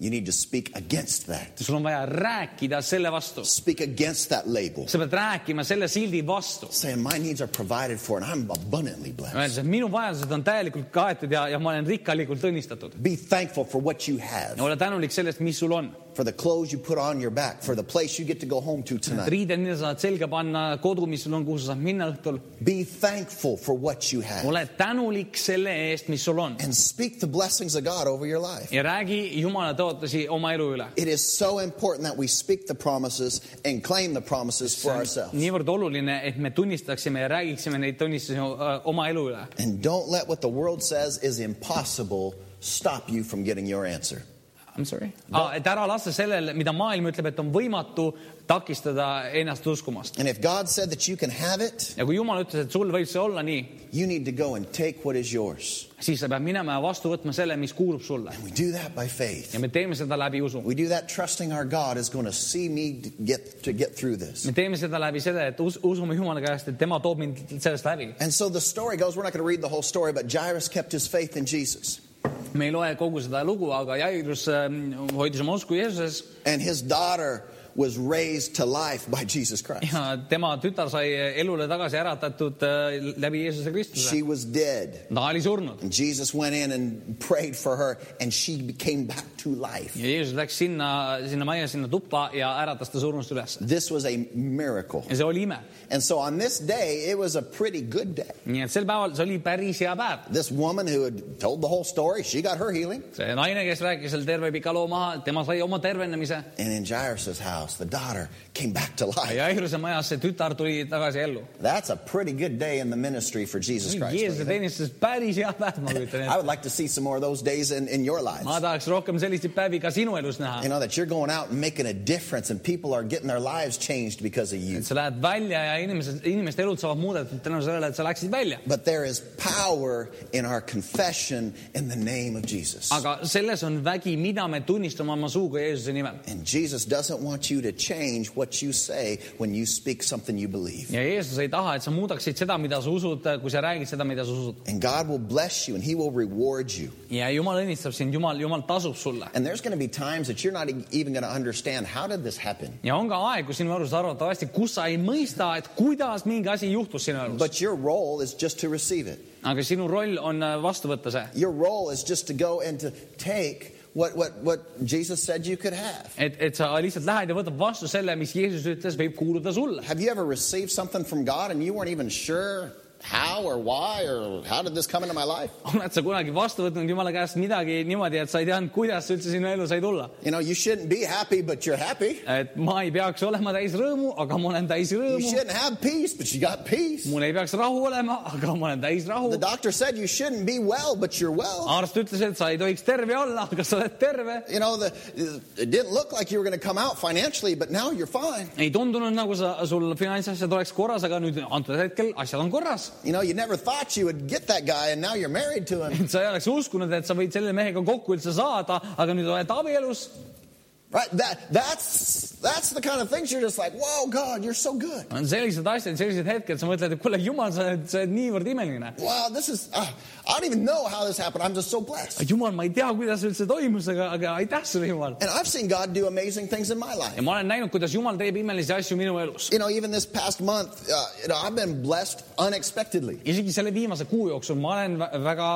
You need to speak against that. sul on vaja rääkida selle vastu . Speak against that label. sa pead rääkima selle sildi vastu . Saying my needs are provided for and I'm abundantly blessed. öeldes , et minu vajadused on täielikult kaetud ja , ja ma olen rikkalikult õnnistatud . Be thankful for what you have. ole tänulik sellest , mis sul on for the clothes you put on your back, for the place you get to go home to tonight. riided , mida sa saad selga panna , kodu , mis sul on , kuhu sa saad minna õhtul . Be thankful for what you have ole tänulik selle eest , mis sul on and speak the blessings of God over your life. ja räägi Jumala tõotusi oma elu üle . It is so important that we speak the promises and claim the promises for ourselves. niivõrd oluline , et me tunnistaksime ja räägiksime neid tunnistusi öö, oma elu üle . And don't let what the world says is impossible stop you from getting your answer. I m sorry ah, . et ära lase sellele , mida maailm ütleb , et on võimatu takistada ennast uskumast . And if God said that you can have it, ja kui Jumal ütles , et sul võib see olla nii , you need to go and take what is yours. siis sa pead minema ja vastu võtma selle , mis kuulub sulle We do that by ja faith. me teeme seda läbi usu . We do that trusting our God is going to see me to get to get through this. me teeme seda läbi selle , et us usume Jumala käest , et tema toob mind sellest läbi . And so the story goes, we're not going to read the whole story, but Jairus kept his faith in Jesus. me ei loe kogu seda lugu , aga Jairus ähm, hoidis oma usku Jeesuses And his daughter was raised to life by Jesus Christ. ja tema tütar sai elule tagasi äratatud äh, läbi Jeesuse Kristuse . She was dead. ta oli surnud And Jesus went in and prayed for her, and she came back to life. ja Jeesus läks sinna , sinna majja , sinna tuppa ja äratas ta surnust üles . This was a miracle. ja see oli ime . And so on this day, it was a pretty good day. nii et sel päeval see oli päris hea päev . This woman who had told the whole story, she got her healing. see naine , kes rääkis seal terve pika loo maha , tema sai oma tervenemise And in Jairus' house, the daughter came back to life. ja Jairuse majas see tütar tuli tagasi ellu . That's a pretty good day in the ministry for Jesus Christ. Jeesuse don't you think? teenistuses päris hea päev , ma kujutan I ette . would like to see some more of those days in, in your lives. ma tahaks rohkem selliseid päevi ka sinu elus näha You know, that you're going out and making a difference, and people are getting their lives changed because of you. et sa lähed välja ja inimesed , inimeste elud saavad muudetud tänu sellele , et sa läksid välja . But there is power in our confession in the name of Jesus. aga selles on vägi , mida me tunnistame oma suuga Jeesuse nimel . And Jesus doesn't want you to change what you say when you speak something you believe. ja Jeesus ei taha , et sa muudaksid seda , mida sa usud , kui sa räägid seda , mida sa usud . And God will bless you and He will reward you. ja Jumal õnnistab sind , Jumal , Jumal tasub sulle . And there's going to be times that you're not e-, even going to understand how did this happen? ja on ka aeg , kus sinu elus arvatavasti , kus sa ei mõista , et kuidas mingi asi juhtus sinu elus . But your role is just to receive it. aga sinu roll on äh, vastu võtta see . Your role is just to go and to take what, what, what Jesus said you could have. et , et sa lihtsalt lähed ja võtad vastu selle , mis Jeesus ütles , võib kuuluda sulle . Have you ever received something from God and you weren't even sure how or why or how did this come into my life? oled sa kunagi vastu võtnud Jumala käest midagi niimoodi , et sa ei teadnud , kuidas see üldse sinu ellu sai tulla ? You know, you shouldn't be happy, but you're happy. et ma ei peaks olema täis rõõmu , aga ma olen täis You rõõmu . shouldn't have peace, but you got peace. mul ei peaks rahu olema , aga ma olen täis rahu The . doctor said you shouldn't be well, but you're well. arst ütles , et sa ei tohiks terve olla , aga sa oled terve . You know, the, it didn't look like you were going to come out financially, but now you're fine. ei tundunud nagu sa , sul finantsasjad oleks korras , aga nüüd antud hetkel asjad on korras . You know, you never thought you would get that guy, and now you're married to him. et sa ei oleks uskunud , et sa võid selle mehega kokku üldse saada , aga nüüd oled abielus . Right? That that's that's the kind of things you're just like, whoa, God, you're so good. on sellised asjad , sellised hetked , sa mõtled , et kuule , jumal , sa oled , sa oled niivõrd imeline . Wow, this is uh, I don't even know how this happened. I'm just so blessed. jumal , ma ei tea , kuidas see üldse toimus , aga , aga aitäh sulle , jumal . And I've seen God do amazing things in my life. ja ma olen näinud , kuidas Jumal teeb imelisi asju minu elus . You know, even this past month, uh, you know, I've been blessed unexpectedly. isegi selle viimase kuu jooksul ma olen vä- väga ,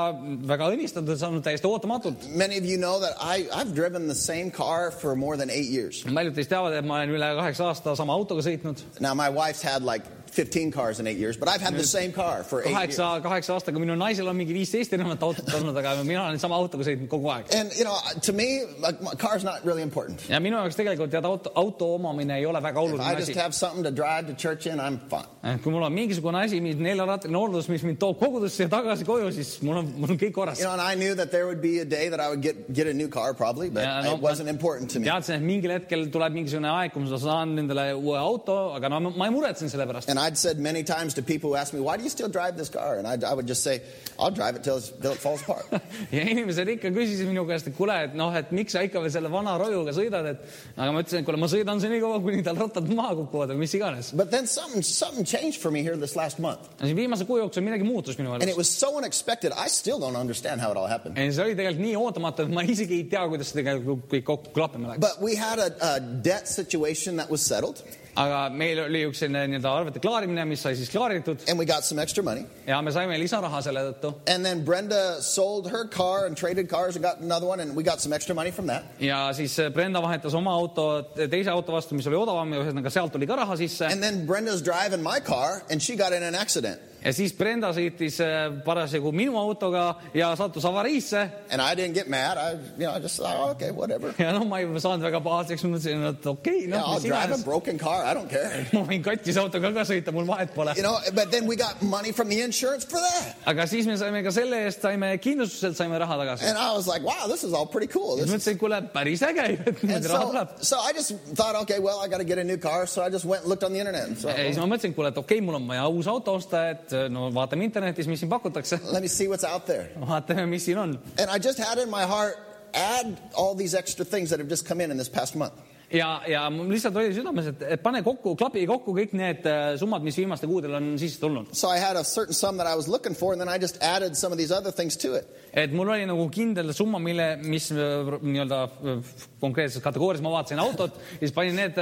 väga õnnistatud saanud täiesti ootamatult . Many of you know that I, I've driven the same car for more than eight years. paljud teist teavad , et ma olen üle kaheksa aasta sama autoga sõitnud . Now, my wife's had like 15 cars in eight years, but I've had the same car for eight years. kaheksa , kaheksa aastaga minu naisel on mingi viisteist erinevat autot olnud , aga mina olen sama autoga sõitnud kogu aeg . And, you know, uh, to me, like, my car's not really important. ja minu jaoks tegelikult tead , auto , auto omamine ei ole If väga oluline I just asi . have something to drive to church in, I'm fine. Äh, kui mul on mingisugune asi , mis neljarattaline hooldus , mis mind toob kogudusse ja tagasi koju , siis mul on , mul on kõik korras You . know, and I knew that there would be a day that I would get, get a new car probably, but Yeah, no, it wasn't important to me. teadsin , et mingil hetkel tuleb mingisugune aeg , kui ma saan endale uue auto , aga no ma- ma ei muretsenud selle pärast . And I'd said many times to people who asked me, why do you still drive this car? And I, I would just say, I'll drive it till, it's- till it falls apart. ja inimesed ikka küsisid minu käest , et kuule , et noh , et miks sa ikka veel selle vana rojuga sõidad , et aga ma ütlesin , et kuule , ma sõidan senikaua , kuni tal rattad maha kukuvad või mis iganes . but then something, something changed for me here this last month. siin viimase kuu jooksul midagi muutus minu And it elus . was so unexpected, I still don't understand how it all happened. see oli tegelikult nii ootamatu , et ma isegi ei tea , kuidas see tegelikult kõik kokku klappima läks . But we had a, a debt situation that was settled. aga meil oli üks selline nii-öelda arvete klaarimine , mis sai siis klaaritud and we got some extra money. ja me saime lisaraha selle tõttu And then Brenda sold her car and traded cars and got another one, and we got some extra money from that. ja siis eh, Brenda vahetas oma auto eh, teise auto vastu , mis oli odavam ja ühesõnaga sealt tuli ka raha sisse And then Brenda's driving my car, and she got in an accident. ja siis Brenda sõitis eh, parasjagu minu autoga ja sattus avariisse And I didn't get mad. I, you know, I just thought, oh, okay, whatever. ja noh , ma ei saanud väga pahaseks , ma mõtlesin , et okei , Yeah, noh I'll , mis drive a iganes , broken car. I don't care. ma võin katkise autoga ka sõita , mul vahet pole You know, but then we got money from the insurance for that. aga siis me saime ka selle eest , saime kindlustuselt , saime raha tagasi . And I was like, wow, this is all pretty cool. siis This is... mõtlesin , et kuule , päris äge ju , et And niimoodi raha so, tuleb . so I just thought, okay, well, I got to get a new car. So I just went and looked on the internet. And so, ja siis ma mõtlesin , et kuule , et okei okay, , mul on vaja uus auto osta , et eh, no vaatame internetis , mis siin pakutakse . let me see what's out there. vaatame , mis siin on . And I just had in my heart, add all these extra things that have just come in in this past month. ja , ja mul lihtsalt oli südames , et et pane kokku , klapi kokku kõik need äh, summad , mis viimastel kuudel on sisse tulnud . So I had a certain sum that I was looking for, and then I just added some of these other things to it. et mul oli nagu kindel summa , mille , mis äh, nii-öelda äh, konkreetses kategoorias ma vaatasin autot , siis panin need ,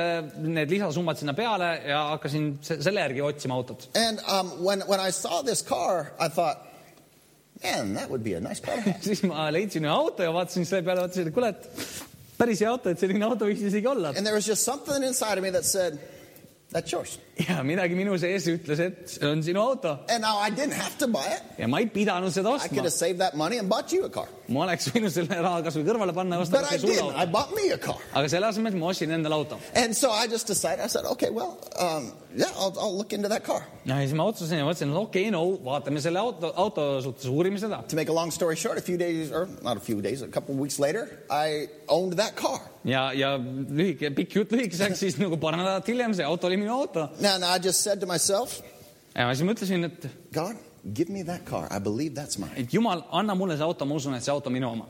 need lisasummad sinna peale ja hakkasin se- selle järgi otsima autot . And um, when, when I saw this car, I thought, man, that would be a nice car. to have." siis ma leidsin ühe auto ja vaatasin selle peale , vaatasin , et kuule , et päris hea auto , et selline auto võiks isegi olla . and there was just something inside of me that said, that's yours. ja midagi minu sees ütles , et see on sinu auto And now I didn't have to buy it. ja ma ei pidanud seda I could ostma have . saved that money and bought you a car. ma oleks võinud selle raha kasvõi kõrvale panna ja osta But I kasvõi sulle didn't. auto I bought me a car. aga selle asemel , et ma ostsin endale auto . And so I just decided, I said, okay, well, um, yeah, I'll, I'll look into that car. Noh, ja siis ma otsustasin ja mõtlesin , et okei okay, , no vaatame selle auto , auto suhtes , uurime seda . To make a long story short, a few days, or not a few days, a couple weeks later, I owned that car. ja , ja lühike , pikk jutt lühikeseks , siis nagu paar nädalat hiljem see auto oli minu auto . Now, now I just said to myself, ja ma siis mõtlesin , et , God, give me that car. I believe that's mine. et jumal , anna mulle see auto , ma usun , et see auto on minu oma .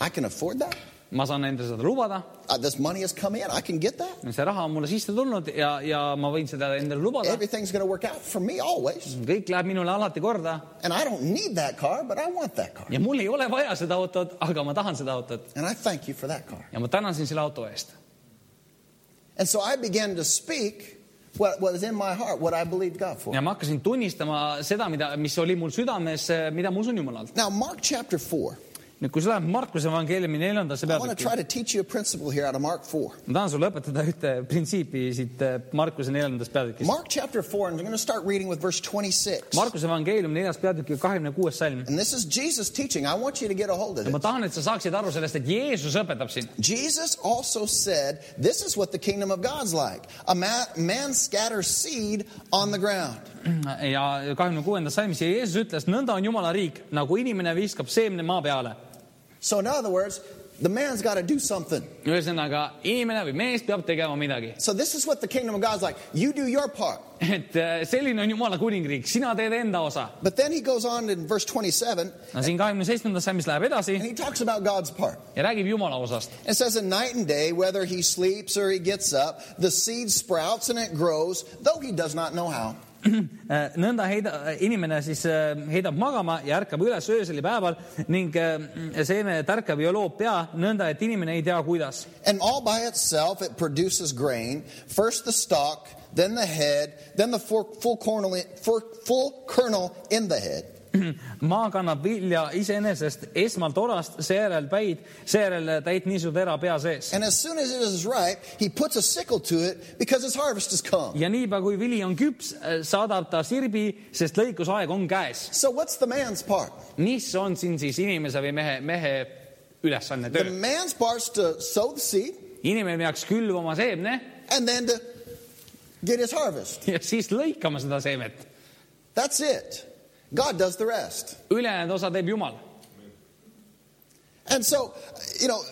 I can afford that. ma saan endale seda lubada , Uh, this money has come in. I can get that. see raha on mulle sisse tulnud ja , ja ma võin seda endale lubada . Everything's going to work out for me always. kõik läheb minule alati korda And I don't need that car, but I want that car. ja mul ei ole vaja seda autot , aga ma tahan seda autot And I thank you for that car. ja ma tänasin selle auto eest . And so I began to speak what was in my heart, what I believed God for. ja ma hakkasin tunnistama seda , mida , mis oli mul südames , mida ma usun Jumalalt . Now, Mark chapter 4, nüüd , kui sa lähed Markuse evangeeliumi neljandasse I want to try peatükki , to teach you a principle here out of Mark 4. ma tahan sulle õpetada ühte printsiipi siit eh, Markuse neljandast peatükist . Mark chapter 4, and I'm going to start reading with verse 26. Markuse evangeelium neljas peatükk ja kahekümne kuues salm . And this is Jesus teaching. I want you to get a hold of ma it. tahan , et sa saaksid aru sellest , et Jeesus õpetab sind . Jesus also said, This is what the kingdom of God's like. A man, man scatters seed on the ground. ja kahekümne kuuendas salmis ja Jeesus ütles , nõnda on Jumala riik , nagu inimene viskab seemne maa peale . So, in other words, the man's got to do something. ühesõnaga , inimene või mees peab tegema midagi . So, this is what the kingdom of God's like. You do your part. et eh, selline on Jumala kuningriik , sina teed enda osa . But then he goes on in verse 27 no siin kahekümne seitsmendas salmis läheb edasi and he talks about God's part. ja räägib Jumala osast . It says, And night and day, whether he sleeps or he gets up, the seed sprouts and it grows, though he does not know how. Äh, nõnda heida , inimene siis eh, heidab magama ja ärkab üles öösel ja päeval ning eh, seeme tärkab ja loob pea nõnda , et inimene ei tea , kuidas . And all by itself it produces grain, first the stalk, then the head, then the full, full, kernel, full- full kernel in the head. maa kannab vilja iseenesest esmalt orast , seejärel päid , seejärel äh, täit nisu tera pea sees . And as soon as it is ripe, he puts a sickle to it because his harvest is come. ja niipea , kui vili on küps , saadab ta sirbi , sest lõikusaeg on käes . So, what's the man's part? mis on siin siis inimese või mehe , mehe ülesanne , The töö ? man's part's to sow the seed inimene peaks külvama seemne and then to get his harvest. ja siis lõikama seda seemet . That's it. God does the rest. ülejäänud osa teeb Jumal And so, you know,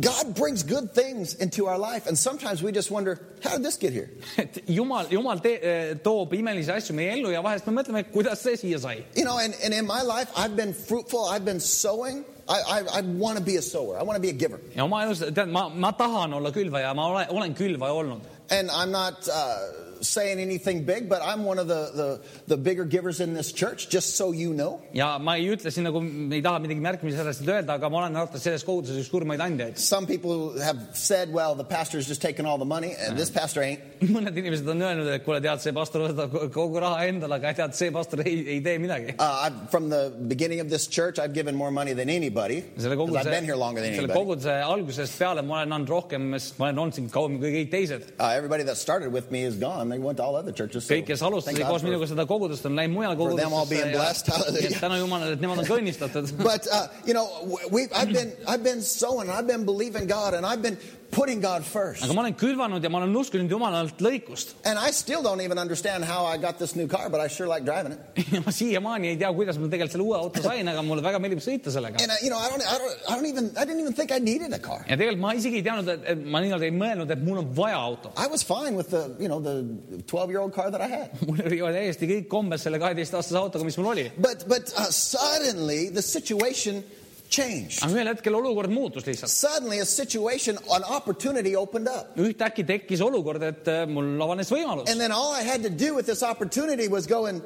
God brings good things into our life, and sometimes we just wonder, how did this get here? et jumal , jumal te, toob imelisi asju meie ellu ja vahest me mõtleme , kuidas see siia sai . You know, and, and in my life, I've been fruitful, I've been sowing. I, I, I want to be a sower, I want to be a giver. ja oma elus , tead , ma , ma tahan olla külvaja , ma ole, olen külvaja olnud And I'm not uh, saying anything big, but I'm one of the, the, the bigger givers in this church, just so you know. ja ma ei ütle siin nagu ei taha midagi märkimisväärset öelda , aga ma olen alati selles koguduses üks suurimaid andjaid . Some people have said, well, the pastor's just taking all the money, and this pastor ain't. mõned inimesed on öelnud , et kuule , tead , see pastor võtab kogu raha endale , aga tead , see pastor ei , ei tee midagi . Uh, I've, from the beginning of this church, I've given more money than anybody. 'cause selle I've koguduse been here longer than , selle anybody. koguduse algusest peale ma olen andnud rohkem , sest ma olen olnud siin kauem kui kõik teised . Uh, everybody that started with me is gone. They went to all other churches. So kõik , kes alustasid koos for- minuga seda kogudust , on läinud mujal For them all being blessed, hallelujah. kogudusesse . tänu jumalale , et nemad on kõnnistatud . But uh, you know, we, I've been I've been sowing, I've been believing God, and I've been putting God first. aga ma olen külvanud ja ma olen uskunud jumalalt lõikust And I still don't even understand how I got this new car, but I sure like driving it. ja ma siiamaani ei tea , kuidas ma tegelikult selle uue auto sain , aga mulle väga meeldib sõita sellega . And I, you know, I don't, I don't, I don't even, I didn't even think I needed a car. ja tegelikult ma isegi ei teadnud , et ma nii-öelda ei mõelnud , et mul on vaja autot . I was fine with the, you know, the 12 year old car that I had. mul oli ju täiesti kõik kombes selle kaheteistaastase autoga , mis mul oli . But, but uh, suddenly the situation changed. aga ühel hetkel olukord muutus lihtsalt . Suddenly a situation, an opportunity opened up. ühtäkki tekkis olukord , et eh, mul avanes võimalus And then all I had to do with this opportunity was go and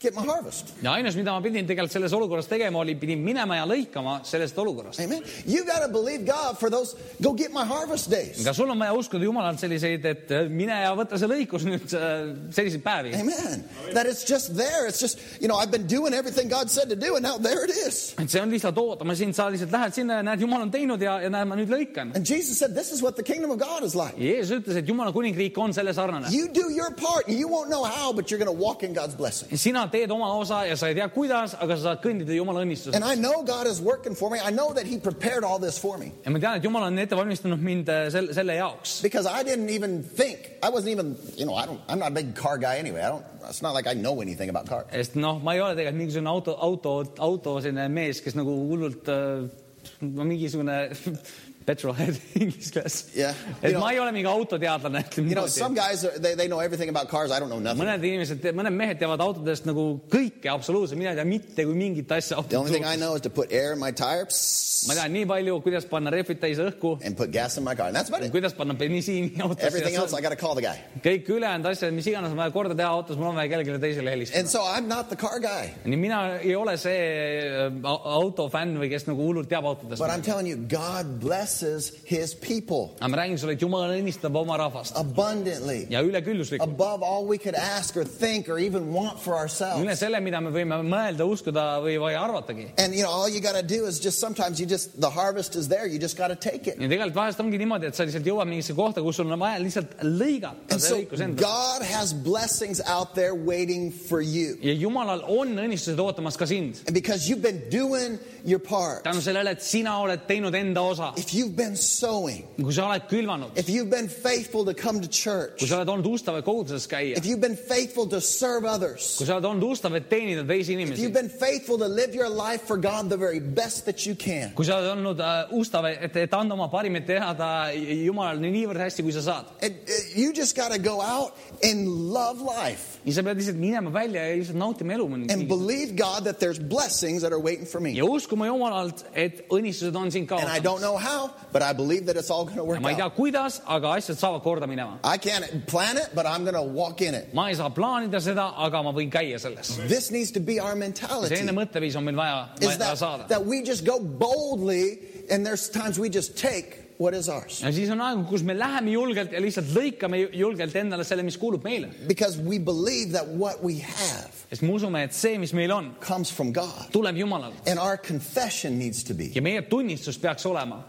get my harvest. ja ainus , mida ma pidin tegelikult selles olukorras tegema , oli , pidin minema ja lõikama sellest olukorrast . Amen. You got to believe God for those go get my harvest days. kas sul on vaja uskuda jumalalt selliseid , et eh, mine ja võta see lõikus nüüd eh, selliseid päevi ? Amen. That it's just there. It's just, you know, I've been doing everything God said to do, and now there it is. et see on lihtsalt ootama sind , sa lihtsalt lähed sinna ja näed , jumal on teinud ja , ja näed , ma nüüd lõikan . And Jesus said, This is what the kingdom of God is like. Jeesus ütles , et Jumala kuningriik on selle sarnane . You do your part, and you won't know how, but you're going to walk in God's blessing. sina teed oma osa ja sa ei tea , kuidas , aga sa saad kõndida Jumala õnnistusele . And I know God is working for me. I know that He prepared all this for me ja ma tean , et Jumal on ette valmistanud mind äh, selle , selle jaoks . because I didn't even think. I wasn't even, you know, I don't. I'm not a big car guy anyway. I don't. It's not like I know anything about cars. sest noh , ma ei ole tegelikult mingisugune auto , auto , auto selline mees , kes nagu hullult äh, no mingisugune petrolhead inglise keeles Jah. You et know- ma ei ole mingi autoteadlane , ütleme You know, niimoodi some guys are, they, they know everything about cars. I don't know nothing. mõned inimesed , mõned mehed teavad autodest nagu kõike absoluutselt , mina ei tea mitte kui mingit asja The only thing I autodest . know is to put air in my tire pss, ma tean nii palju , kuidas panna rehvid täis õhku , and put gas in my car, and that's about it. kuidas panna bensiini Everything else, autosse I got to call the guy. kõik ülejäänud asjad , mis iganes on vaja korda teha autos , mul on vaja kellelegi teisele helistada . And so I'm not the car guy. nii mina ei ole see äh, au- autofänn või kes nagu hullult teab autodest . But I'm telling you, God blesses his people aga ma räägin sulle , et Jumal õnnistab oma Ah. rahvast abundantly, ja ülekülluslikult , above all we could ask or think or even want for üle ourselves. selle , mida me võime mõelda , uskuda või , või arvatagi . And you know, all you got to do is just sometimes you just, the harvest is there, you just got to take it. ja tegelikult vahest ongi niimoodi , et sa lihtsalt jõuad mingisse kohta , kus sul on vaja lihtsalt lõigata And see so lõikus endale . God has blessings out there waiting for you. ja Jumalal on õnnistused ootamas ka sind . And because you've been doing your part, tänu sellele , et sina oled teinud enda osa , if you've been sowing, kui sa oled külvanud , if you've been faithful to come to church, kui sa oled olnud ustav , et koguduses käia if , you've been faithful to serve others, kui sa oled olnud ustav , et teenida teisi if inimesi you've been faithful to live your life for God the very best that you can, kui sa oled olnud äh, ustav , et , et anda oma parimat teada Jumalale nii- niivõrd hästi , kui sa saad , And uh, you just got to go out and love life siis sa pead lihtsalt minema välja ja lihtsalt nautima elu and mõni- believe God that there's blessings that are waiting for me. ja uskuma Jumalalt , et õnnistused on sind ka And I . don't know how, but I believe that it's all going to work ma ei tea out. , kuidas , aga asjad saavad korda minema . I can't plan it, but I'm going to walk in it. ma ei saa plaanida seda , aga ma võin käia selles . This needs to be our mentality. selline mõtteviis on meil vaja , Is vaja that, saada . that we just go boldly, and there's times we just take what is ours ja siis on aeg , kus me läheme julgelt ja lihtsalt lõikame ju- julgelt endale selle , mis kuulub meile . because we believe that what we have sest me usume , et see , mis meil on , comes from God. tuleb Jumalalt And our confession needs to be ja meie tunnistus peaks olema .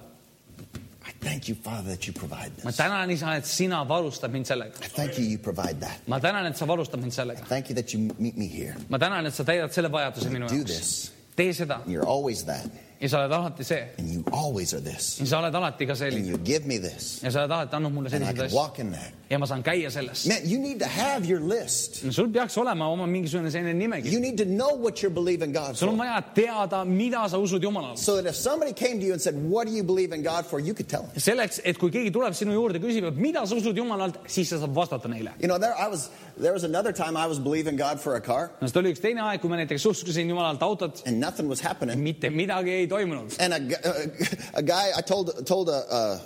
I thank you, Father, that you provide ma this. tänan , isa , et sina varustad mind sellega . I thank you, you provide that. ma tänan , et sa varustad mind sellega . Thank you that you meet me here. ma tänan , et sa täidad selle vajaduse minu Do jaoks . this. tee seda And you're always that. ja sa oled alati see And you always are this. ja sa oled alati ka And selline you give me this. ja sa oled alati andnud mulle And I selliseid can asju walk in that. ja ma saan käia selles . Man, you need to have your list. sul peaks olema oma mingisugune selline nimekiri . You need to know what you're believing God sul on for. vaja teada , mida sa usud Jumalale . So that if somebody came to you and said, What do you believe in God for? you could tell them. selleks , et kui keegi tuleb sinu juurde , küsib , et mida sa usud Jumalalt , siis sa saad vastata neile . You know, there I was there was another time I was believing God for a car no see oli üks teine aeg , kui ma näiteks uskusin Jumalalt autot , and nothing was happening. mitte midagi ei toimunud . And a, gu- a guy I told told a, uh,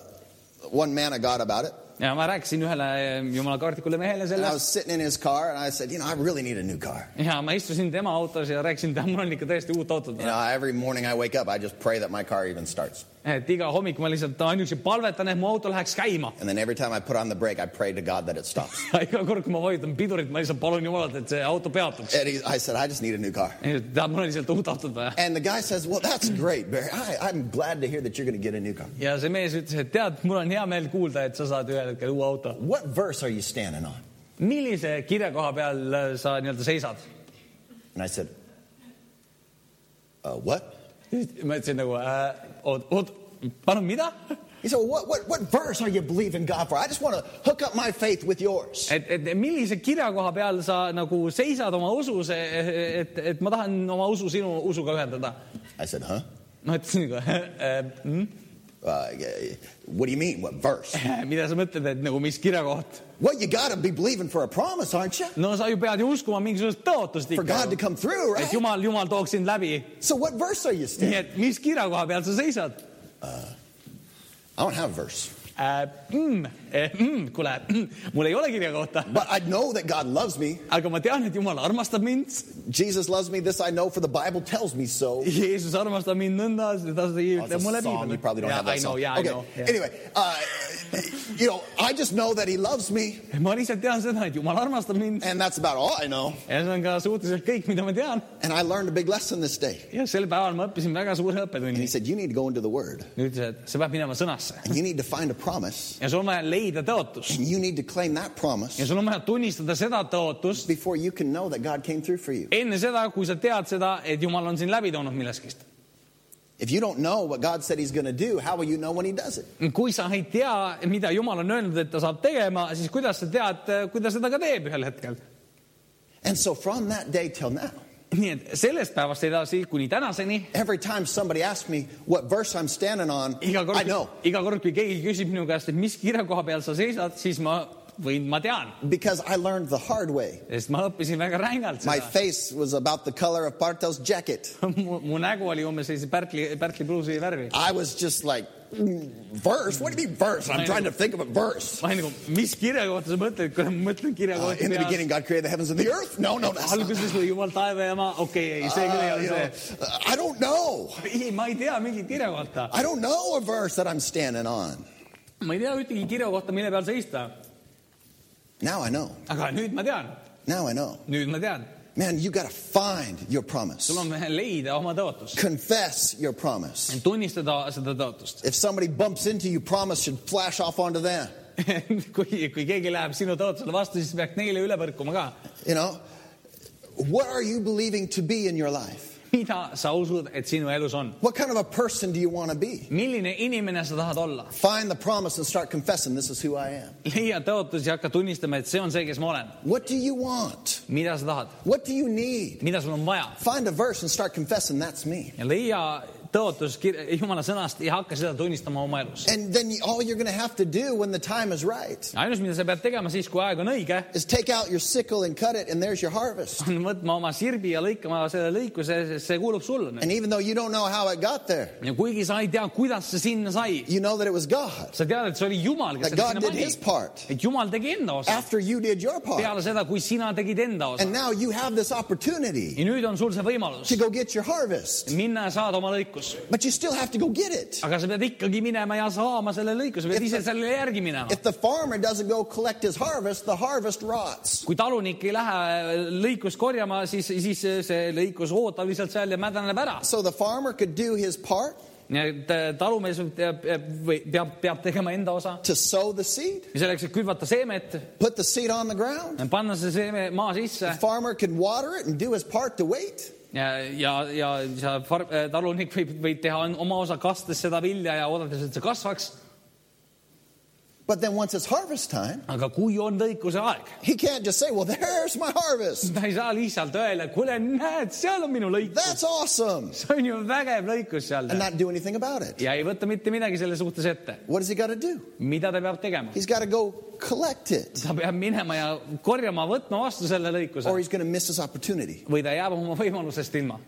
one man of God about it. ja ma rääkisin ühele eh, jumala kaardikule And mehele I sellest was sitting in his car and I said, you know, I really need a new car. ja ma istusin tema autos ja rääkisin , et mul on ikka täiesti uut autot You vaja . know, every morning I wake up, I just pray that my car even starts. et iga hommik ma lihtsalt ainuüksi palvetan , et mu auto läheks käima . And then every time I put on the brake, I pray to God that it stops. iga kord , kui ma vajutan pidurit , ma lihtsalt palun jumalat , et see auto peatuks . And he, I said, I just need a new car. ta , mul on lihtsalt uut autot vaja . And the guy says, well, that's great, Barry. I, I'm glad to hear that you're going to get a new car. ja see mees ütles , et tead , mul on hea meel kuulda , et sa saad ühel hetkel uue auto . What verse are you standing on? millise kirja koha peal äh, sa nii-öelda seisad ? And I said, uh, what? ma ütlesin nagu äh, , oot , oot , palun mida ? He said, well, what, what, what verse are you believing God for? I just want to hook up my faith with yours. et , et millise kirja koha peal sa nagu seisad oma usus , et , et ma tahan oma usu sinu usuga ühendada . I said, huh? ma ütlesin nagu äh, , mm? Uh, what do you mean? What verse? mida sa mõtled , et nagu mis kirjakoht ? Well, you got to be believing for a promise, aren't you? no sa ju pead ju uskuma mingisugust tõotust For ikka God to . come through, et right? jumal , jumal tooks sind läbi . So what verse are you nii standing? et mis kirja koha peal sa seisad I don't have a verse. äh, ? Mm, eh, mm, kuule mm, , mul ei ole kirjakohta , But I know that God loves me. aga ma tean , et jumal armastab mind . Jesus loves me. This I know, for the Bible tells me so. Jeesus armastab mind nõnda , seda ta Oh, it's a ütleb mulle song. You probably don't have that I know , song. yeah I okay. know yeah. . Anyway, uh, you know, I just know that He loves me, ma lihtsalt tean seda , et jumal armastab mind and that's about all I know. ja see on ka suhteliselt kõik , mida ma tean . And I learned a big lesson this day. ja sel päeval ma õppisin väga suure And He õppetunni . said, "You need to go into the Word, ütles , et sa pead minema sõnasse and you need to find a promise, ja sul on vaja leida tõotus and you need to claim that ja promise sul on vaja tunnistada seda tõotust , before you can know that God came through for you." enne seda , kui sa tead seda , et jumal on sind läbi toonud millestki . If you don't know what God said He's going to do, how will you know when He does it? kui sa ei tea , mida jumal on öelnud , et ta saab tegema , siis kuidas sa tead , kui ta seda ka teeb ühel hetkel ? And so from that day till now, nii et sellest päevast edasi kuni tänaseni , every time somebody asks me what verse I'm standing on, iga I kord know. , iga kord , kui keegi küsib minu käest , et mis kirja koha peal sa seisad , siis ma võin , ma tean , Because I learned the hard way. sest ma õppisin väga rängalt My seda . face was about the color of Bartel's jacket. mu, mu nägu oli umbes sellise pärtli , pärtli pluusi värvi . I was just like, "Mm, verse? What do you mean verse? I'm trying to think of a verse. ma olin nagu , mis kirja kohta sa mõtled , kui ma mõtlen kirja Uh, kohta in the beginning, peas . God created the heavens and the earth. No, no, that's not. alguses oli jumal taeva ja maa , okei okay, , ei see küll ei Uh, ole you know, see . uh, I don't know. ei , ma ei tea mingit kirja kohta , I don't know a verse that I'm standing on. ma ei tea ühtegi kirja kohta , mille peal seista , Now I know. aga nüüd ma tean , Now I know. nüüd ma tean , Man, you got to find your promise. sul on vaja leida oma tõotust , Confess your promise. tunnistada seda tõotust . If somebody bumps into you, promise should flash off onto them. kui , kui keegi läheb sinu tõotusele vastu , siis peaks neile üle põrkuma ka . You know, what are you believing to be in your life? mida sa usud , et sinu elus on ? What kind of a person do you want to be? milline inimene sa tahad olla ? Find the promise and start confessing this is who I am. leia tõotus ja hakka tunnistama , et see on see , kes ma olen . What do you want? mida sa tahad , What do you need? mida sul on vaja Find a verse and start confessing that's me. ja leia tõotus kir- jumala sõnast ja hakka seda tunnistama oma elus . And then all you're going to have to do when the time is right ainus , mida sa pead tegema siis , kui aeg on õige is take out your sickle and cut it, and there's your harvest. on võtma oma sirbi ja lõikama selle lõikuse , sest see kuulub sulle nüüd . And even though you don't know how it got there, ja kuigi sa ei tea , kuidas see sinna sai , you know that it was God, sa tead , et see oli Jumal , kes that selle God sinna did His pani . part et Jumal tegi enda osa after you did your part. peale seda , kui sina tegid enda osa And . now you have this opportunity ja nüüd on sul see võimalus to go get your harvest, minna ja saada oma lõikus , but you still have to go get it. aga sa pead ikkagi minema ja saama selle lõikuse , pead If ise the- sellele järgi minema . If the farmer doesn't go collect his harvest, the harvest rots. kui talunik ei lähe lõikust korjama , siis , siis see lõikus ootab lihtsalt seal ja mädaneb ära . So the farmer could do his part nii et äh, talumees peab , peab , peab tegema enda osa to sow the seed, ja selleks , et külvata seemet put the seed on the ground. panna see seeme maa sisse The farmer can water it and do his part to wait. ja , ja , ja sa far- , talunik võib , võib teha on- oma osa , kastes seda vilja ja oodates , et see kasvaks . But then once it's harvest time, aga kui on lõikuse aeg , he can't just say, Well, there's my harvest. ta ei saa lihtsalt öelda , kuule , näed , seal on minu lõik . That's awesome. see on ju vägev lõikus seal And not do anything about it. ja ei võta mitte midagi selle suhtes ette , What does he got to do? mida ta peab tegema . He's got to go collect it, ta peab minema ja korjama , võtma vastu selle lõikuse or he's going to miss his opportunity. või ta jääb oma võimalusest ilma .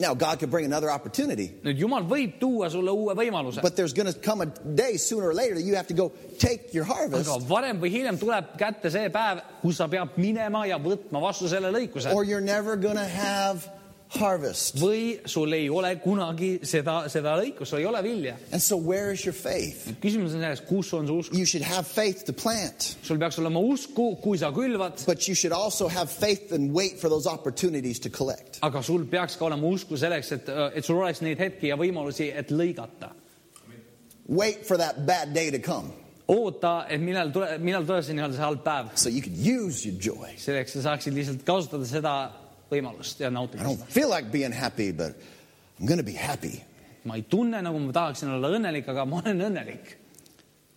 Now, God could bring another opportunity, nüüd Jumal võib tuua sulle uue võimaluse , but there's going to come a day sooner or later that you have to go take your harvest, aga varem või hiljem tuleb kätte see päev , kus sa pead minema ja võtma vastu selle lõikuse or you're never going to have harvest. või sul ei ole kunagi seda , seda lõikust , sul ei ole vilja . And so, where is your faith? küsimus on selles , kus on su usk , You should have faith to plant, sul peaks olema usku , kui sa külvad , but you should also have faith and wait for those opportunities to collect. aga sul peaks ka olema usku selleks , et , et sul oleks neid hetki ja võimalusi , et lõigata . Wait for that bad day to come oota , et millal tule , millal tuleb see nii-öelda see halb päev , so you can use your joy. selleks sa saaksid lihtsalt kasutada seda võimalust ja I nautida don't seda . feel like being happy, but I'm going to be happy. ma ei tunne , nagu ma tahaksin olla õnnelik , aga ma olen õnnelik .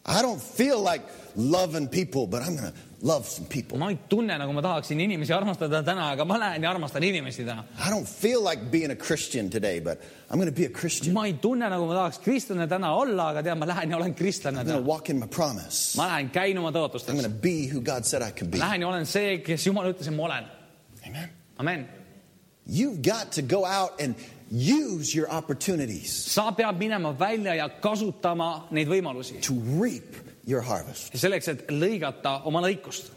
I don't feel like loving people, but I'm going to love some people. ma ei tunne , nagu ma tahaksin inimesi armastada täna , aga ma lähen ja armastan inimesi täna . I don't feel like being a Christian today, but I'm going to be a Christian. ma ei tunne , nagu ma tahaks kristlane täna olla , aga tead , ma lähen ja olen I'm kristlane going to täna . walk in my promise. ma lähen , käin oma I'm tõotustest going to be who God said I could be. Lähen ja olen see , kes Jumal ütles , et ma olen . Amen. amen . You've got to go out and use your opportunities sa pead minema välja ja kasutama neid võimalusi to reap your harvest. selleks , et lõigata oma lõikust .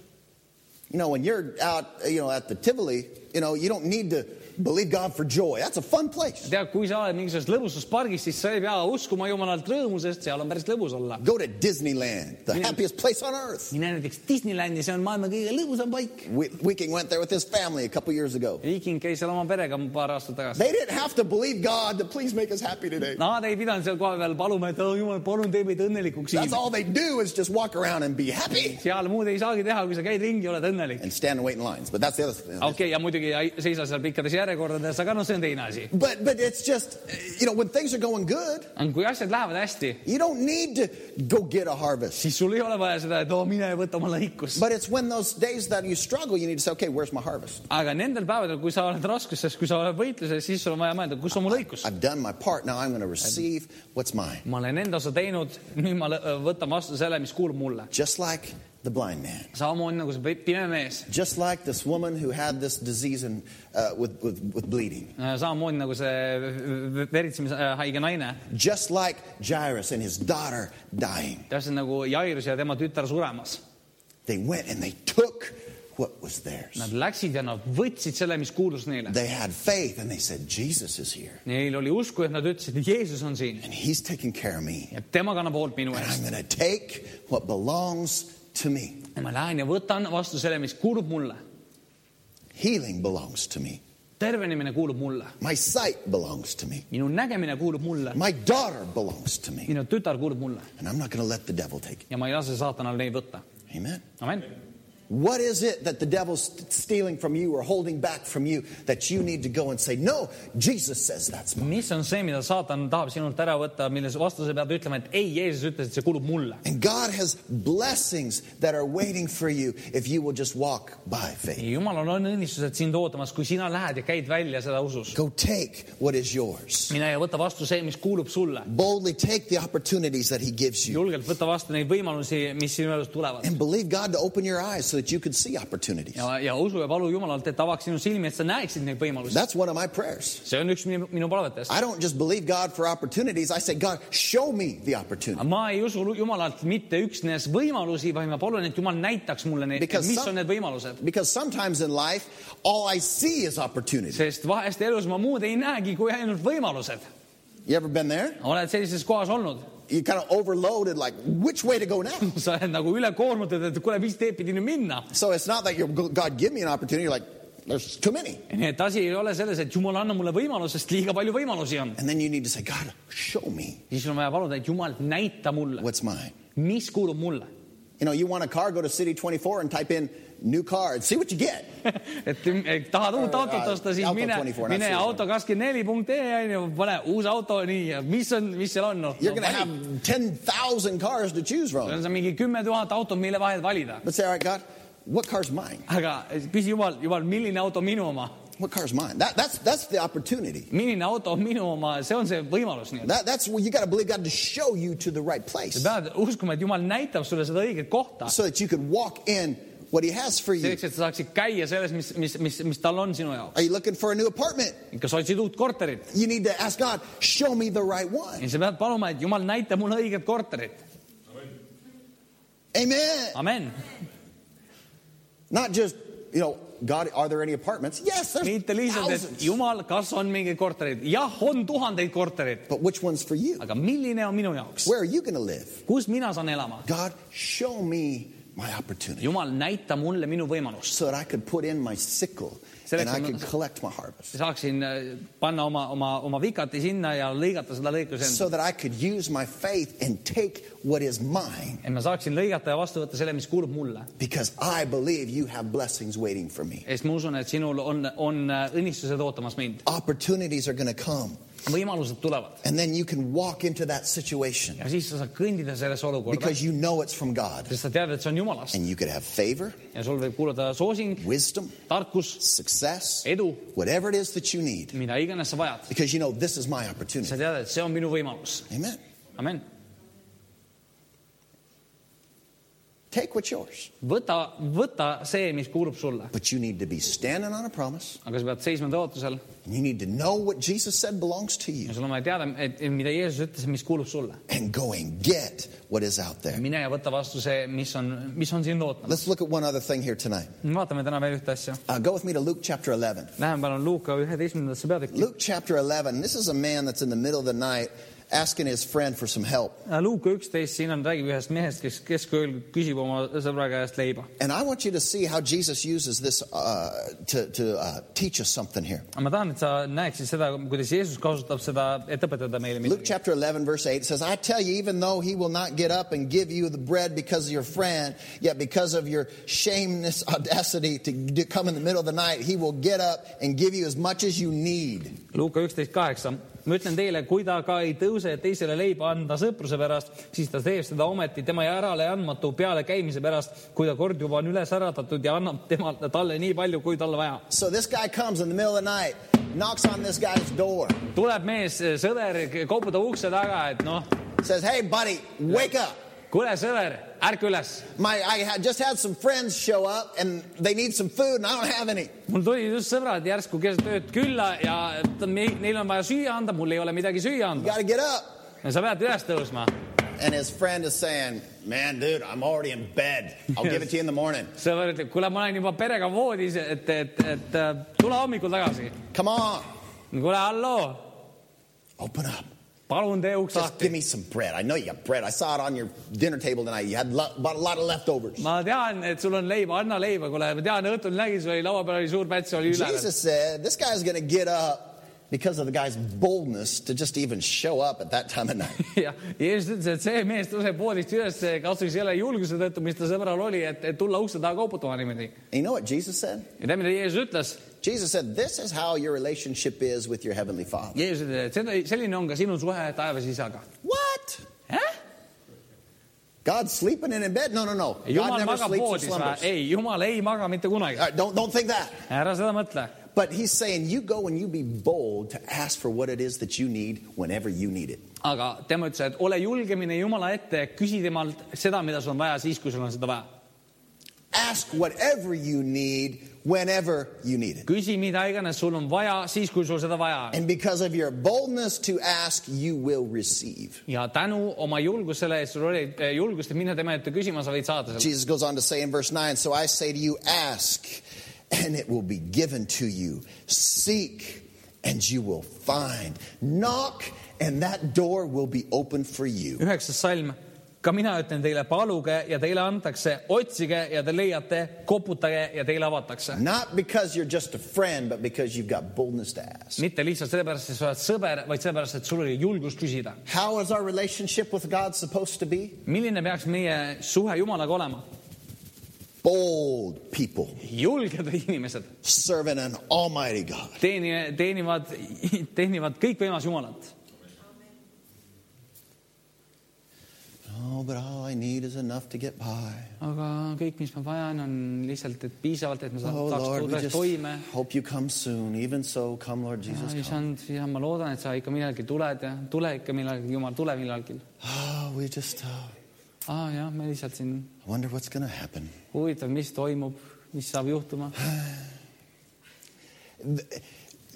You know, when you're out, you know, at the Tivoli, you know, you don't need to believe God for joy. That's a fun place. tead , kui sa oled mingisuguses lõbususpargis , siis sa ei pea uskuma Jumalalt rõõmu , sest seal on päris lõbus olla . Go to Disneyland, the Yeah. happiest place on earth. mine näiteks Disneylandi , see on maailma kõige lõbusam paik . Wi- Wiking went there with his family a couple years ago. viiking käis seal oma perega paar aastat tagasi . They didn't have to believe God to please make us happy today. Nad ei pidanud seal kohapeal paluma , et oh jumal , palun tee meid õnnelikuks That's . all they do is just walk around and be happy seal muud ei saagi teha , kui sa käid ringi , oled õnnelik . and stand and wait in lines. But that's the other thing. okei okay, , ja muidugi ei seisa seal pikkades järjekordades , aga noh , see on teine asi . But but it's just you know when things are going good, aga kui asjad lähevad hästi , you don't need to go get a harvest. siis sul ei ole vaja seda , et oo , mine võta oma lõikus . But it's when those days that you struggle, you need to say, okay, where's my harvest? aga nendel päevadel , kui sa oled raskuses , kui sa oled võitluses , siis sul on vaja mõelda , kus on mu lõikus . I've done my part. Now I'm going to receive what's mine. ma olen enda osa teinud , nüüd ma lõ- võtan vastu selle , mis kuulub mulle . Just like the blind man. samamoodi nagu see pi- pime mees , Just like this woman who had this disease and uh, with, with, with bleeding. samamoodi nagu see veritsemishaige äh, naine , Just like Jairus and his daughter dying. täpselt nagu Jairus ja tema tütar suremas They went and they took what was theirs. Nad läksid ja nad võtsid selle , mis kuulus neile . They had faith and they said, Jesus is here Neil oli usku , et nad ütlesid , et Jeesus on siin and he's taking care of me. ja tema kannab hoolt minu And eest . I'm going to take what belongs to me. ma lähen ja võtan vastu selle , mis kuulub mulle . Healing belongs to me. tervenemine kuulub mulle , My sight belongs to me. minu nägemine kuulub mulle , My daughter belongs to me. minu tütar kuulub mulle And I'm not going to let the devil take it. ja ma ei lase saatanal neid võtta . Amen. amen . What is it that the devil's st- stealing from you or holding back from you that you need to go and say, No, Jesus says that's mine? mis on see , mida saatan tahab sinult ära võtta , milles vastuse peab ütlema , et ei , Jeesus ütles , et see kuulub mulle . And God has blessings that are waiting for you if you will just walk by faith. jumalal on õnnistused sind ootamas , kui sina lähed ja käid välja seda usus . Go take what is yours. mine ja võta vastu see , mis kuulub sulle . Boldly take the opportunities that He gives you julgelt võta vastu neid võimalusi , mis sinu elus tulevad . and believe God to open your eyes so that you can see opportunities. ja , ja usu ja palu Jumalalt , et avaks sinu silmi , et sa näeksid neid võimalusi . That's one of my prayers. see on üks minu, minu palvetest . I don't just believe God for opportunities, I say, God, show me the opportunity. ma ei usu lu- Jumalalt mitte üksnes võimalusi , vaid ma palun , et Jumal näitaks mulle neid , Because mis some- on need võimalused . Because sometimes in life, all I see is opportunity. sest vahest elus ma muud ei näegi kui ainult võimalused . You ever been there? oled sellises kohas olnud , You kind of overloaded, like, which way to go now? sa oled nagu ülekoormatud , et kuule , mis teed pidi nüüd minna . So it's not that you're, God, give me an opportunity. You're like, there's too many. nii et asi ei ole selles , et Jumal , anna mulle võimalus , sest liiga palju võimalusi on . And then you need to say, God, show me siis on vaja paluda , et Jumal , näita mulle , what's mine. mis kuulub mulle . You know, you want a car, go to City 24 and type in new car and see what you get. et et tahad uut autot osta , siis Auto mine 24, , mine that's it. auto24.ee onju , pane uus auto , nii , mis on , mis seal on , noh . You're going to have 10,000 cars to choose from. on seal mingi kümme tuhat autot , mille vahel valida . But say, all right, God, what car's mine? aga küsi jumal , jumal , milline auto on minu oma , What car's mine? That, that's, that's the opportunity. milline auto on minu oma , see on see võimalus nii-öelda . That, that's where you got to believe God to show you to the right place pead uskuma , et jumal näitab sulle seda õiget kohta , so that you could walk in what He has for you. selleks , et sa saaksid käia selles , mis , mis , mis , mis tal on sinu jaoks . Are you looking for a new apartment? kas otsid uut korterit ? You need to ask God, show me the right one. ja sa pead paluma , et jumal , näita mulle õiget korterit . Amen. amen . Not just, you know, God, are there any apartments? Yes, there's mitte lihtsalt , et thousands. jumal , kas on mingeid kortereid ? jah , on tuhandeid kortereid , But which one's for you? aga milline on minu jaoks ? Where are you going to live? kus mina saan elama ? God, show me my opportunity jumal , näita mulle minu võimalust . so that I could put in my sickle and I could collect my harvest. saaksin äh, panna oma , oma , oma vikati sinna ja lõigata seda lõikuse enda . So that I could use my faith and take what is mine et ma saaksin lõigata ja vastu võtta selle , mis kuulub mulle . because I believe you have blessings waiting for me. sest ma usun , et sinul on , on äh, õnnistused ootamas mind . Opportunities are going to come võimalused tulevad and then you can walk into that situation ja siis sa saad kõndida sellesse olukorda , because you know it's from God sest sa tead , et see on jumalast and you could have favor, ja sul võib kuuluda soosing , wisdom, tarkus , success, edu , whatever it is that you need. mida iganes sa vajad . Because you know, this is my opportunity. sa tead , et see on minu võimalus . Amen. amen . Take what's yours. võta , võta see , mis kuulub sulle , But you need to be standing on a promise. aga sa pead seisma tõotusel You need to know what Jesus said belongs to you ja sul on vaja teada , et et mida Jeesus ütles , mis kuulub sulle . and go and get what is out there. mine ja võta vastu see , mis on , mis on sind ootamas . Let's look at one other thing here tonight. vaatame täna veel ühte asja . Uh, go with me to Luke chapter 11. Läheme palun Luuka üheteistkümnendasse peatükki . Luke chapter 11, this is a man that's in the middle of the night asking his friend for some help. Luuka Äh, üksteist , siin on , räägib ühest mehest , kes keskööl küsib oma sõbra käest leiba . And I want you to see how Jesus uses this uh, to, to uh, teach us something here. aga ma tahan , et sa näeksid seda , kuidas Jeesus kasutab seda , et õpetada meile Luke midagi . chapter 11, verse 8 says, I tell you, even though he will not get up and give you the bread because of your friend, yet because of your shameless audacity to do, come in the middle of the night, he will get up and give you as much as you need. Luuka üksteist kaheksa . ma ütlen teile , kui ta ka ei tõuse , et teisele leiba anda sõpruse pärast , siis ta teeb seda ometi tema järele andmatu pealekäimise pärast , kui ta kord juba on üles äratatud ja annab temalt , talle nii palju , kui tal vaja . So this guy comes in the middle of the night, knocks on this guy's door, tuleb mees , sõber , koputab ukse taga , et noh , says, Hey, buddy, wake up. kuule , sõber , ärka üles . My, I had just had some friends show up and they need some food and I don't have any. mul tulid just sõbrad järsku keset ööd külla ja et meil- neil on vaja süüa anda , mul ei ole midagi süüa You anda . got to get up. sa pead üles tõusma . And his friend is saying, Man, dude, I'm already in bed. I'll give it to you in the morning. sõber ütleb , kuule , ma olen juba perega voodis , et , et , et äh, tule hommikul tagasi . Come on, kuule , halloo , open up. palun tee uks Just give lahti . me some bread. I know you got bread. I saw it on your dinner table tonight. You had lo- bought a lot of leftovers. ma tean , et sul on leiba , anna leiba , kuule , ma tean , õhtul nägin , sul oli laua peal oli suur päts , oli üleval . Jesus said, This guy's going to get up because of the guy's boldness to just even show up at that time of night. ja Jeesus ütles , et see mees tõuseb voodist üles , kasvõi selle julguse tõttu , mis tal sõbral oli , et , et tulla ukse taha koputama niimoodi . And you know what Jesus said? ja tead , mida Jeesus ütles ? Jesus said, This is how your relationship is with your Heavenly Father. Jeesus ütles , et seda , selline on ka sinu suhe taevas isaga . What? Eh? God's sleeping and in bed? No, no, no. God jumal never magab sleeps and voodis või slumbers. ? ei , jumal ei maga mitte kunagi All。right, don't, don't think that. ära seda mõtle . But he's saying, You go and you be bold to ask for what it is that you need whenever you need it. aga tema ütles , et ole julge , mine Jumala ette , küsi temalt seda , mida sul on vaja siis , kui sul on seda vaja . Ask whatever you need whenever you need it. küsi mida iganes sul on vaja siis , kui sul seda vaja on . And because of your boldness to ask, you will receive. ja tänu oma julgusele , et sul oli eh, julgust , et minna tema ette küsima , sa võid saada selle . Jesus goes on to say in verse 9 So I say to you, ask, and it will be given to you. Seek, and you will find. Knock, and that door will be open for you. üheksas salm . ka mina ütlen teile , paluge ja teile antakse , otsige ja te leiate , koputage ja teile avatakse . Not because you're just a friend, but because you've got boldness to ask. mitte lihtsalt sellepärast , et sa oled sõber , vaid sellepärast , et sul oli julgust küsida . How is our relationship with God supposed to be? milline peaks meie suhe Jumalaga olema ? Bold people julged inimesed serving an almighty God. teeni- , teenivad , teenivad kõikvõimas Jumalat . Oh, but all I need is enough to get by. aga kõik , mis ma vajan , on lihtsalt , et piisavalt , et ma saan Oh oh, , saaks Lord, we tulla just toime . hope you come soon. Even so, come, Lord Jesus, come. isand , ja ma loodan , et sa ikka millalgi tuled ja tule ikka millalgi , Jumal , tule millalgi . Oh, we Ah, just, uh, aa jah , me lihtsalt siin , I wonder what's going to happen. huvitav , mis toimub , mis saab juhtuma .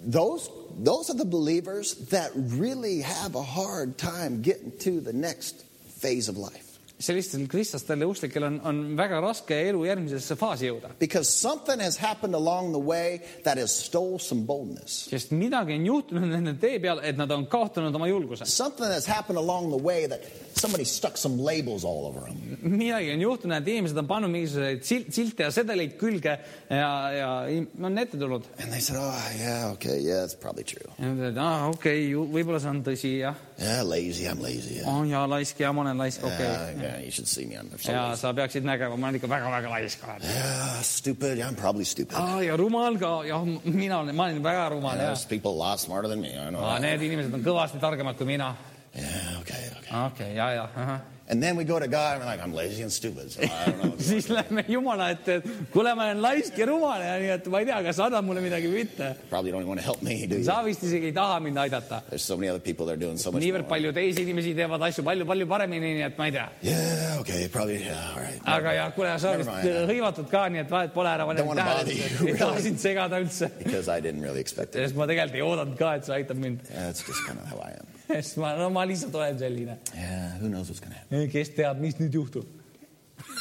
Those, those are the believers that really have a hard time getting to the next phase of life sellistel kristlastel ja usklikel on , on väga raske elu järgmisesse faasi jõuda , because something has happened along the way that has stole some boldness. sest midagi on juhtunud nende tee peal , et nad on kaotanud oma julguse . Something has happened along the way that somebody stuck some labels all over them. midagi on juhtunud , et inimesed on pannud mingisuguseid silt , silte ja sedeleid külge ja , ja im- on ette tulnud . And they said, oh, yeah, okay, yeah, that's probably true. ja nad ütlevad , aa okei okay, , võib-olla see on tõsi jah , Yeah, lazy, I'm lazy. Yeah. on ja laisk ja ma olen laisk , okei Yeah, okay. . Oh, yeah, you should see me. I'm so ja lazy. sa peaksid nägema , ma olen ikka väga-väga laisk alati . Yeah, stupid. Yeah, I'm probably stupid. aa ja rumal ka , jah , mina olen , ma olen väga Oh, rumal Yeah, ja There's people a lot smarter than me. I know. aa , that. need inimesed on kõvasti targemad kui mina . Yeah, okay, okay. okei okay, , ja , ja . And then we go to God and we're like, I'm lazy and stupid, so I don't know. what to do." siis lähme Jumala ette , et kuule , ma olen laisk ja rumal ja nii , et ma ei tea , kas sa annad mulle midagi või mitte . Probably don't even want to help me, do you? sa vist isegi ei taha mind aidata . There's so many other people that are doing so much niivõrd more. palju teisi inimesi teevad asju palju-palju paremini , nii et ma ei tea . Yeah, okay, probably, yeah, all right. aga jah , kuule , sa oled Never mind. vist hõivatud ka , nii et vahet pole , ära pane Don't wanna tähele bother , you, ei taha really. sind segada üldse . Because I didn't really expect it. sest ma tegelikult ei oodanud ka , et see aitab mind . Yeah, That's just kind of how I am. sest ma , no ma lihtsalt olen selline . Yeah, who knows what's going to happen? kes teab , mis nüüd juhtub .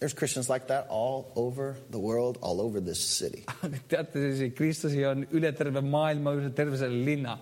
There's Christians like that all over the world, all over this city. aga teate , selliseid kristlasi on üle terve maailma , üle terve selle linna .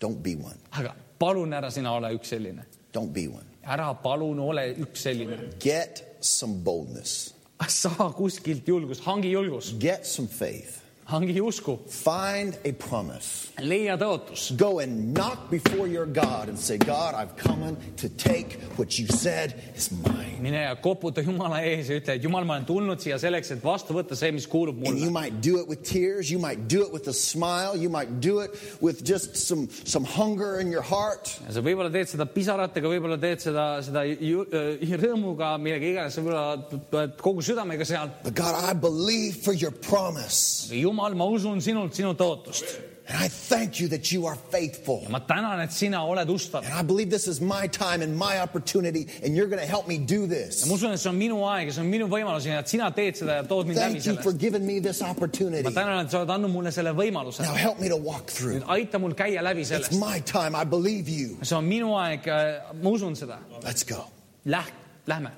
Don't be one. aga palun ära sina ole üks selline . Don't be one. ära palun ole üks selline . Get some boldness, saa kuskilt julgus , hangi julgus , get some faith, hangi usku , find a promise. leia tõotus . Go and knock before your God and say, God, I've come to take what you said is mine. mine ja koputa Jumala ees ja ütle , et Jumal , ma olen tulnud siia selleks , et vastu võtta see , mis kuulub And you mulle . might do it with tears. You might do it with a smile. You might do it with just some, some hunger in your heart. sa võib-olla teed seda pisaratega , võib-olla teed seda , seda ju- äh, rõõmuga , millega iganes , võib-olla tuled kogu südamega seal . But God, I believe for your promise. Jumal , ma usun sinult , sinu tõotust And I thank you that you are faithful. ja ma tänan , et sina oled ustav . And I believe this is my time and my opportunity, and you're going to help me do ma this. usun , et see on minu aeg ja see on minu võimalus ja et sina teed seda ja tood mind läbi Thank you for selle . giving me this ma opportunity. tänan , et sa oled andnud mulle selle võimaluse Now help me to walk through. aita mul käia läbi It's sellest . my time. I believe you. see on minu aeg , ma usun seda . Let's go. Läh- , lähme .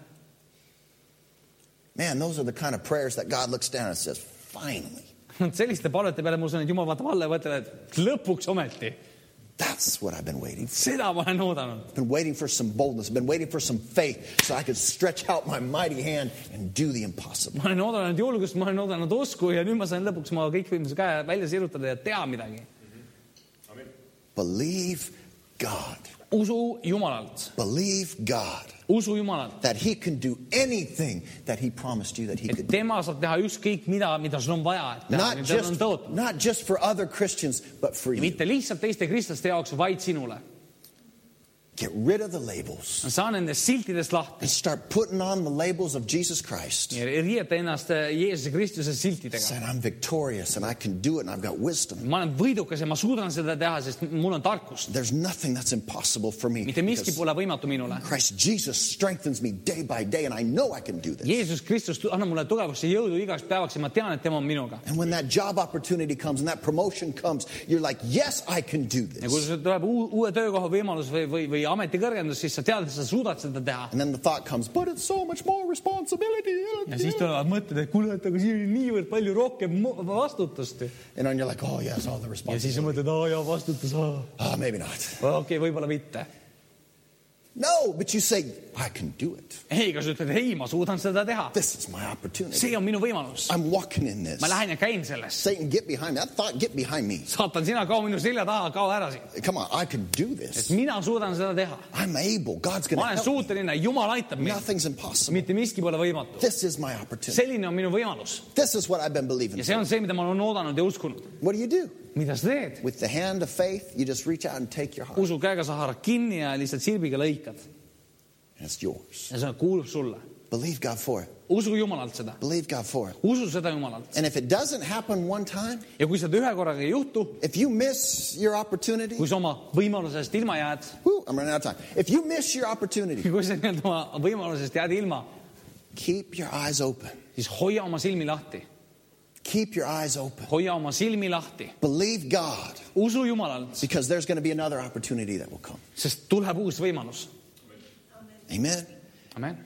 Man, those are the kind of prayers that God looks down and says, finally, selliste palvete peale ma usun , et jumal vaatab alla ja mõtleb , et lõpuks ometi , that's what I've been waiting for. seda ma olen oodanud . Been waiting for some boldness, been waiting for some faith so I could stretch out my mighty hand and do the impossible. ma olen oodanud julgust , ma olen oodanud usku ja nüüd ma sain lõpuks oma kõikvõimsa käe välja sirutada ja teha midagi . Believe God. usu Jumalalt , Believe God usu Jumalalt , that He can do anything that He promised you that He et could do. tema saab teha ükskõik mida , mida sul on vaja , et teha Not , mida tal just, on tõotud . not just for other Christians, but for you. mitte lihtsalt teiste kristlaste jaoks , vaid sinule . Get rid of the labels ma saan nendest siltidest lahti and start putting on the labels of Jesus Christ. ja riieta ennast äh, Jeesuse Kristuse siltidega . Saying, I'm victorious and I can do it and I've got wisdom. ma olen võidukas ja ma suudan seda teha , sest mul on tarkust . There's nothing that's impossible for me. mitte miski because pole võimatu minule . Christ Jesus strengthens me day by day, and I know I can do this. Jeesus Kristus tu- annab mulle tugevust ja jõudu igaks päevaks ja ma tean , et tema on minuga . And when that job opportunity comes and that promotion comes, you're like, yes, I can do ja kui this. sul tuleb uu- uue töökoha võimalus või , või , või ametikõrgendus , siis sa tead , et sa suudad seda teha . And then the thought comes, but it's so much more responsibility. ja siis tulevad mõtted , et kuule , et aga siin on niivõrd palju rohkem mu- vastutust . ja And then you're like, oh, yes, all the siis responsibility. sa mõtled , aa jaa , vastutus , aa . Oh, maybe not. okei okay, , võib-olla mitte . No, but you say, I can do it. ei , aga sa ütled , ei , ma suudan seda teha . This is my opportunity. see on minu võimalus . I'm walking in this. ma lähen ja käin selles . Satan, get behind me. That thought, get behind me. saatan , sina kao minu selja taha , kao ära siit . Come on, I can do this. mina suudan seda teha . I'm able. God's going ma to olen help me. suuteline , Jumal aitab mind . Nothing's impossible. mitte miski pole võimatu . This is my opportunity. selline on minu võimalus This is what I've been believing. ja see on see , mida ma olen oodanud ja uskunud . What do you do? mida sa teed ? With the hand of faith, you just reach out and take your heart. usu käega sa haarad kinni ja lihtsalt sirbiga lõikad And it's yours. ja see kuulub sulle . Believe God for it. usu Jumalalt seda , Believe God for it. usu seda Jumalalt And if it doesn't happen one time, ja kui seda ühe korraga ei juhtu , if you miss your opportunity, kui sa oma võimalusest ilma jääd , whew, I'm running out of time. If you miss your opportunity, kui sa nii-öelda oma võimalusest jääd ilma , keep your eyes open. siis hoia oma silmi lahti , Keep your eyes open. hoia oma silmi lahti , Believe God usu Jumalalt , because there's going to be another opportunity that will come. sest tuleb uus võimalus . Amen. amen .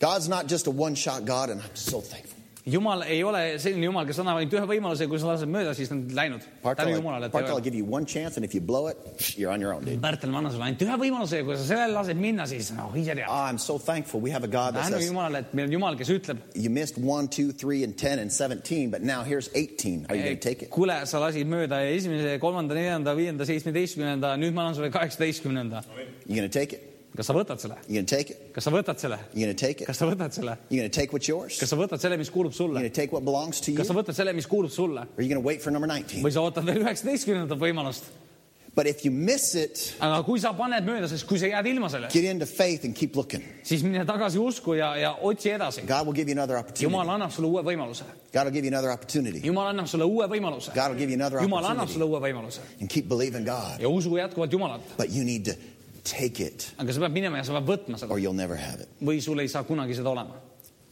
God's not just a one shot God, and I'm so thankful. Jumal ei ole selline Jumal , kes annab ainult ühe võimaluse , kui sa lased mööda , siis on läinud . Partel, tänu I'll- Jumalale , et ei Partel, I'll ole . give you one chance, and if you blow it, you're on your own, dude. Pärtel , ma annan sulle ainult ühe võimaluse ja kui sa sellele lased minna , siis noh , ise tead . Ah, I'm so thankful we have a God that tänu says, Jumalale , et meil on Jumal , kes ütleb , You missed one, two, three, and 10 and 17, but now here's 18. Are you going to take it? kuule , sa lasid mööda esimese , kolmanda , neljanda , viienda , seitsmeteistkümnenda , nüüd ma annan sulle kaheksateistkümnenda . You going to take it? kas sa võtad selle ? You going to take it? kas sa võtad selle ? You going to take it? kas sa võtad selle ? You going to take what's yours? kas sa võtad selle , mis kuulub You sulle going to take what belongs to you? kas sa Or võtad selle , mis kuulub sulle are you going to wait for number 19? või sa ootad veel üheksateistkümnendat võimalust , But if you miss it, aga kui sa paned mööda , sest kui sa jääd ilma sellest , get into faith and keep looking. siis mine tagasi usku ja , ja otsi edasi . God will give you another opportunity. jumal annab sulle uue võimaluse , God will give you another opportunity. jumal annab sulle uue võimaluse , God will give you another jumal annab opportunity. sulle uue võimaluse And keep believing God. ja usu jätkuvalt Jumalat , But you need to take it aga sa pead minema ja sa pead võtma seda or you'll never have it. või sul ei saa kunagi seda olema .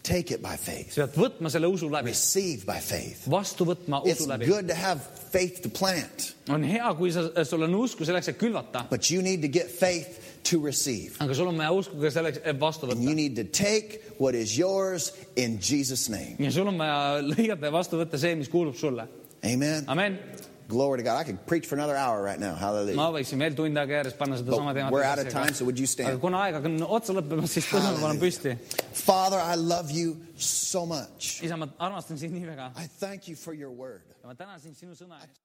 Take it by faith. sa pead võtma selle usu läbi , Receive by faith. vastu võtma It's usu läbi . good to have faith to plant, on hea , kui sa , sul on usku selleks , et külvata , but you need to get faith to receive. aga sul on vaja usku ka selleks , et vastu And you võtta . need to take what is yours in Jesus' name. ja sul on vaja lõigata ja vastu võtta see , mis kuulub sulle . Amen. amen Glory to God. I could preach for another hour right now. Hallelujah. ma võiksin veel tund aega järjest panna sedasama But teemat . we're out of time, so would you stand? aga kuna aeg on otsa lõppemas , siis tõuseme , panen püsti . Father, I love you so much. isa , ma armastan sind nii väga I thank you for your word. ja ma tänan sind sinu sõna eest .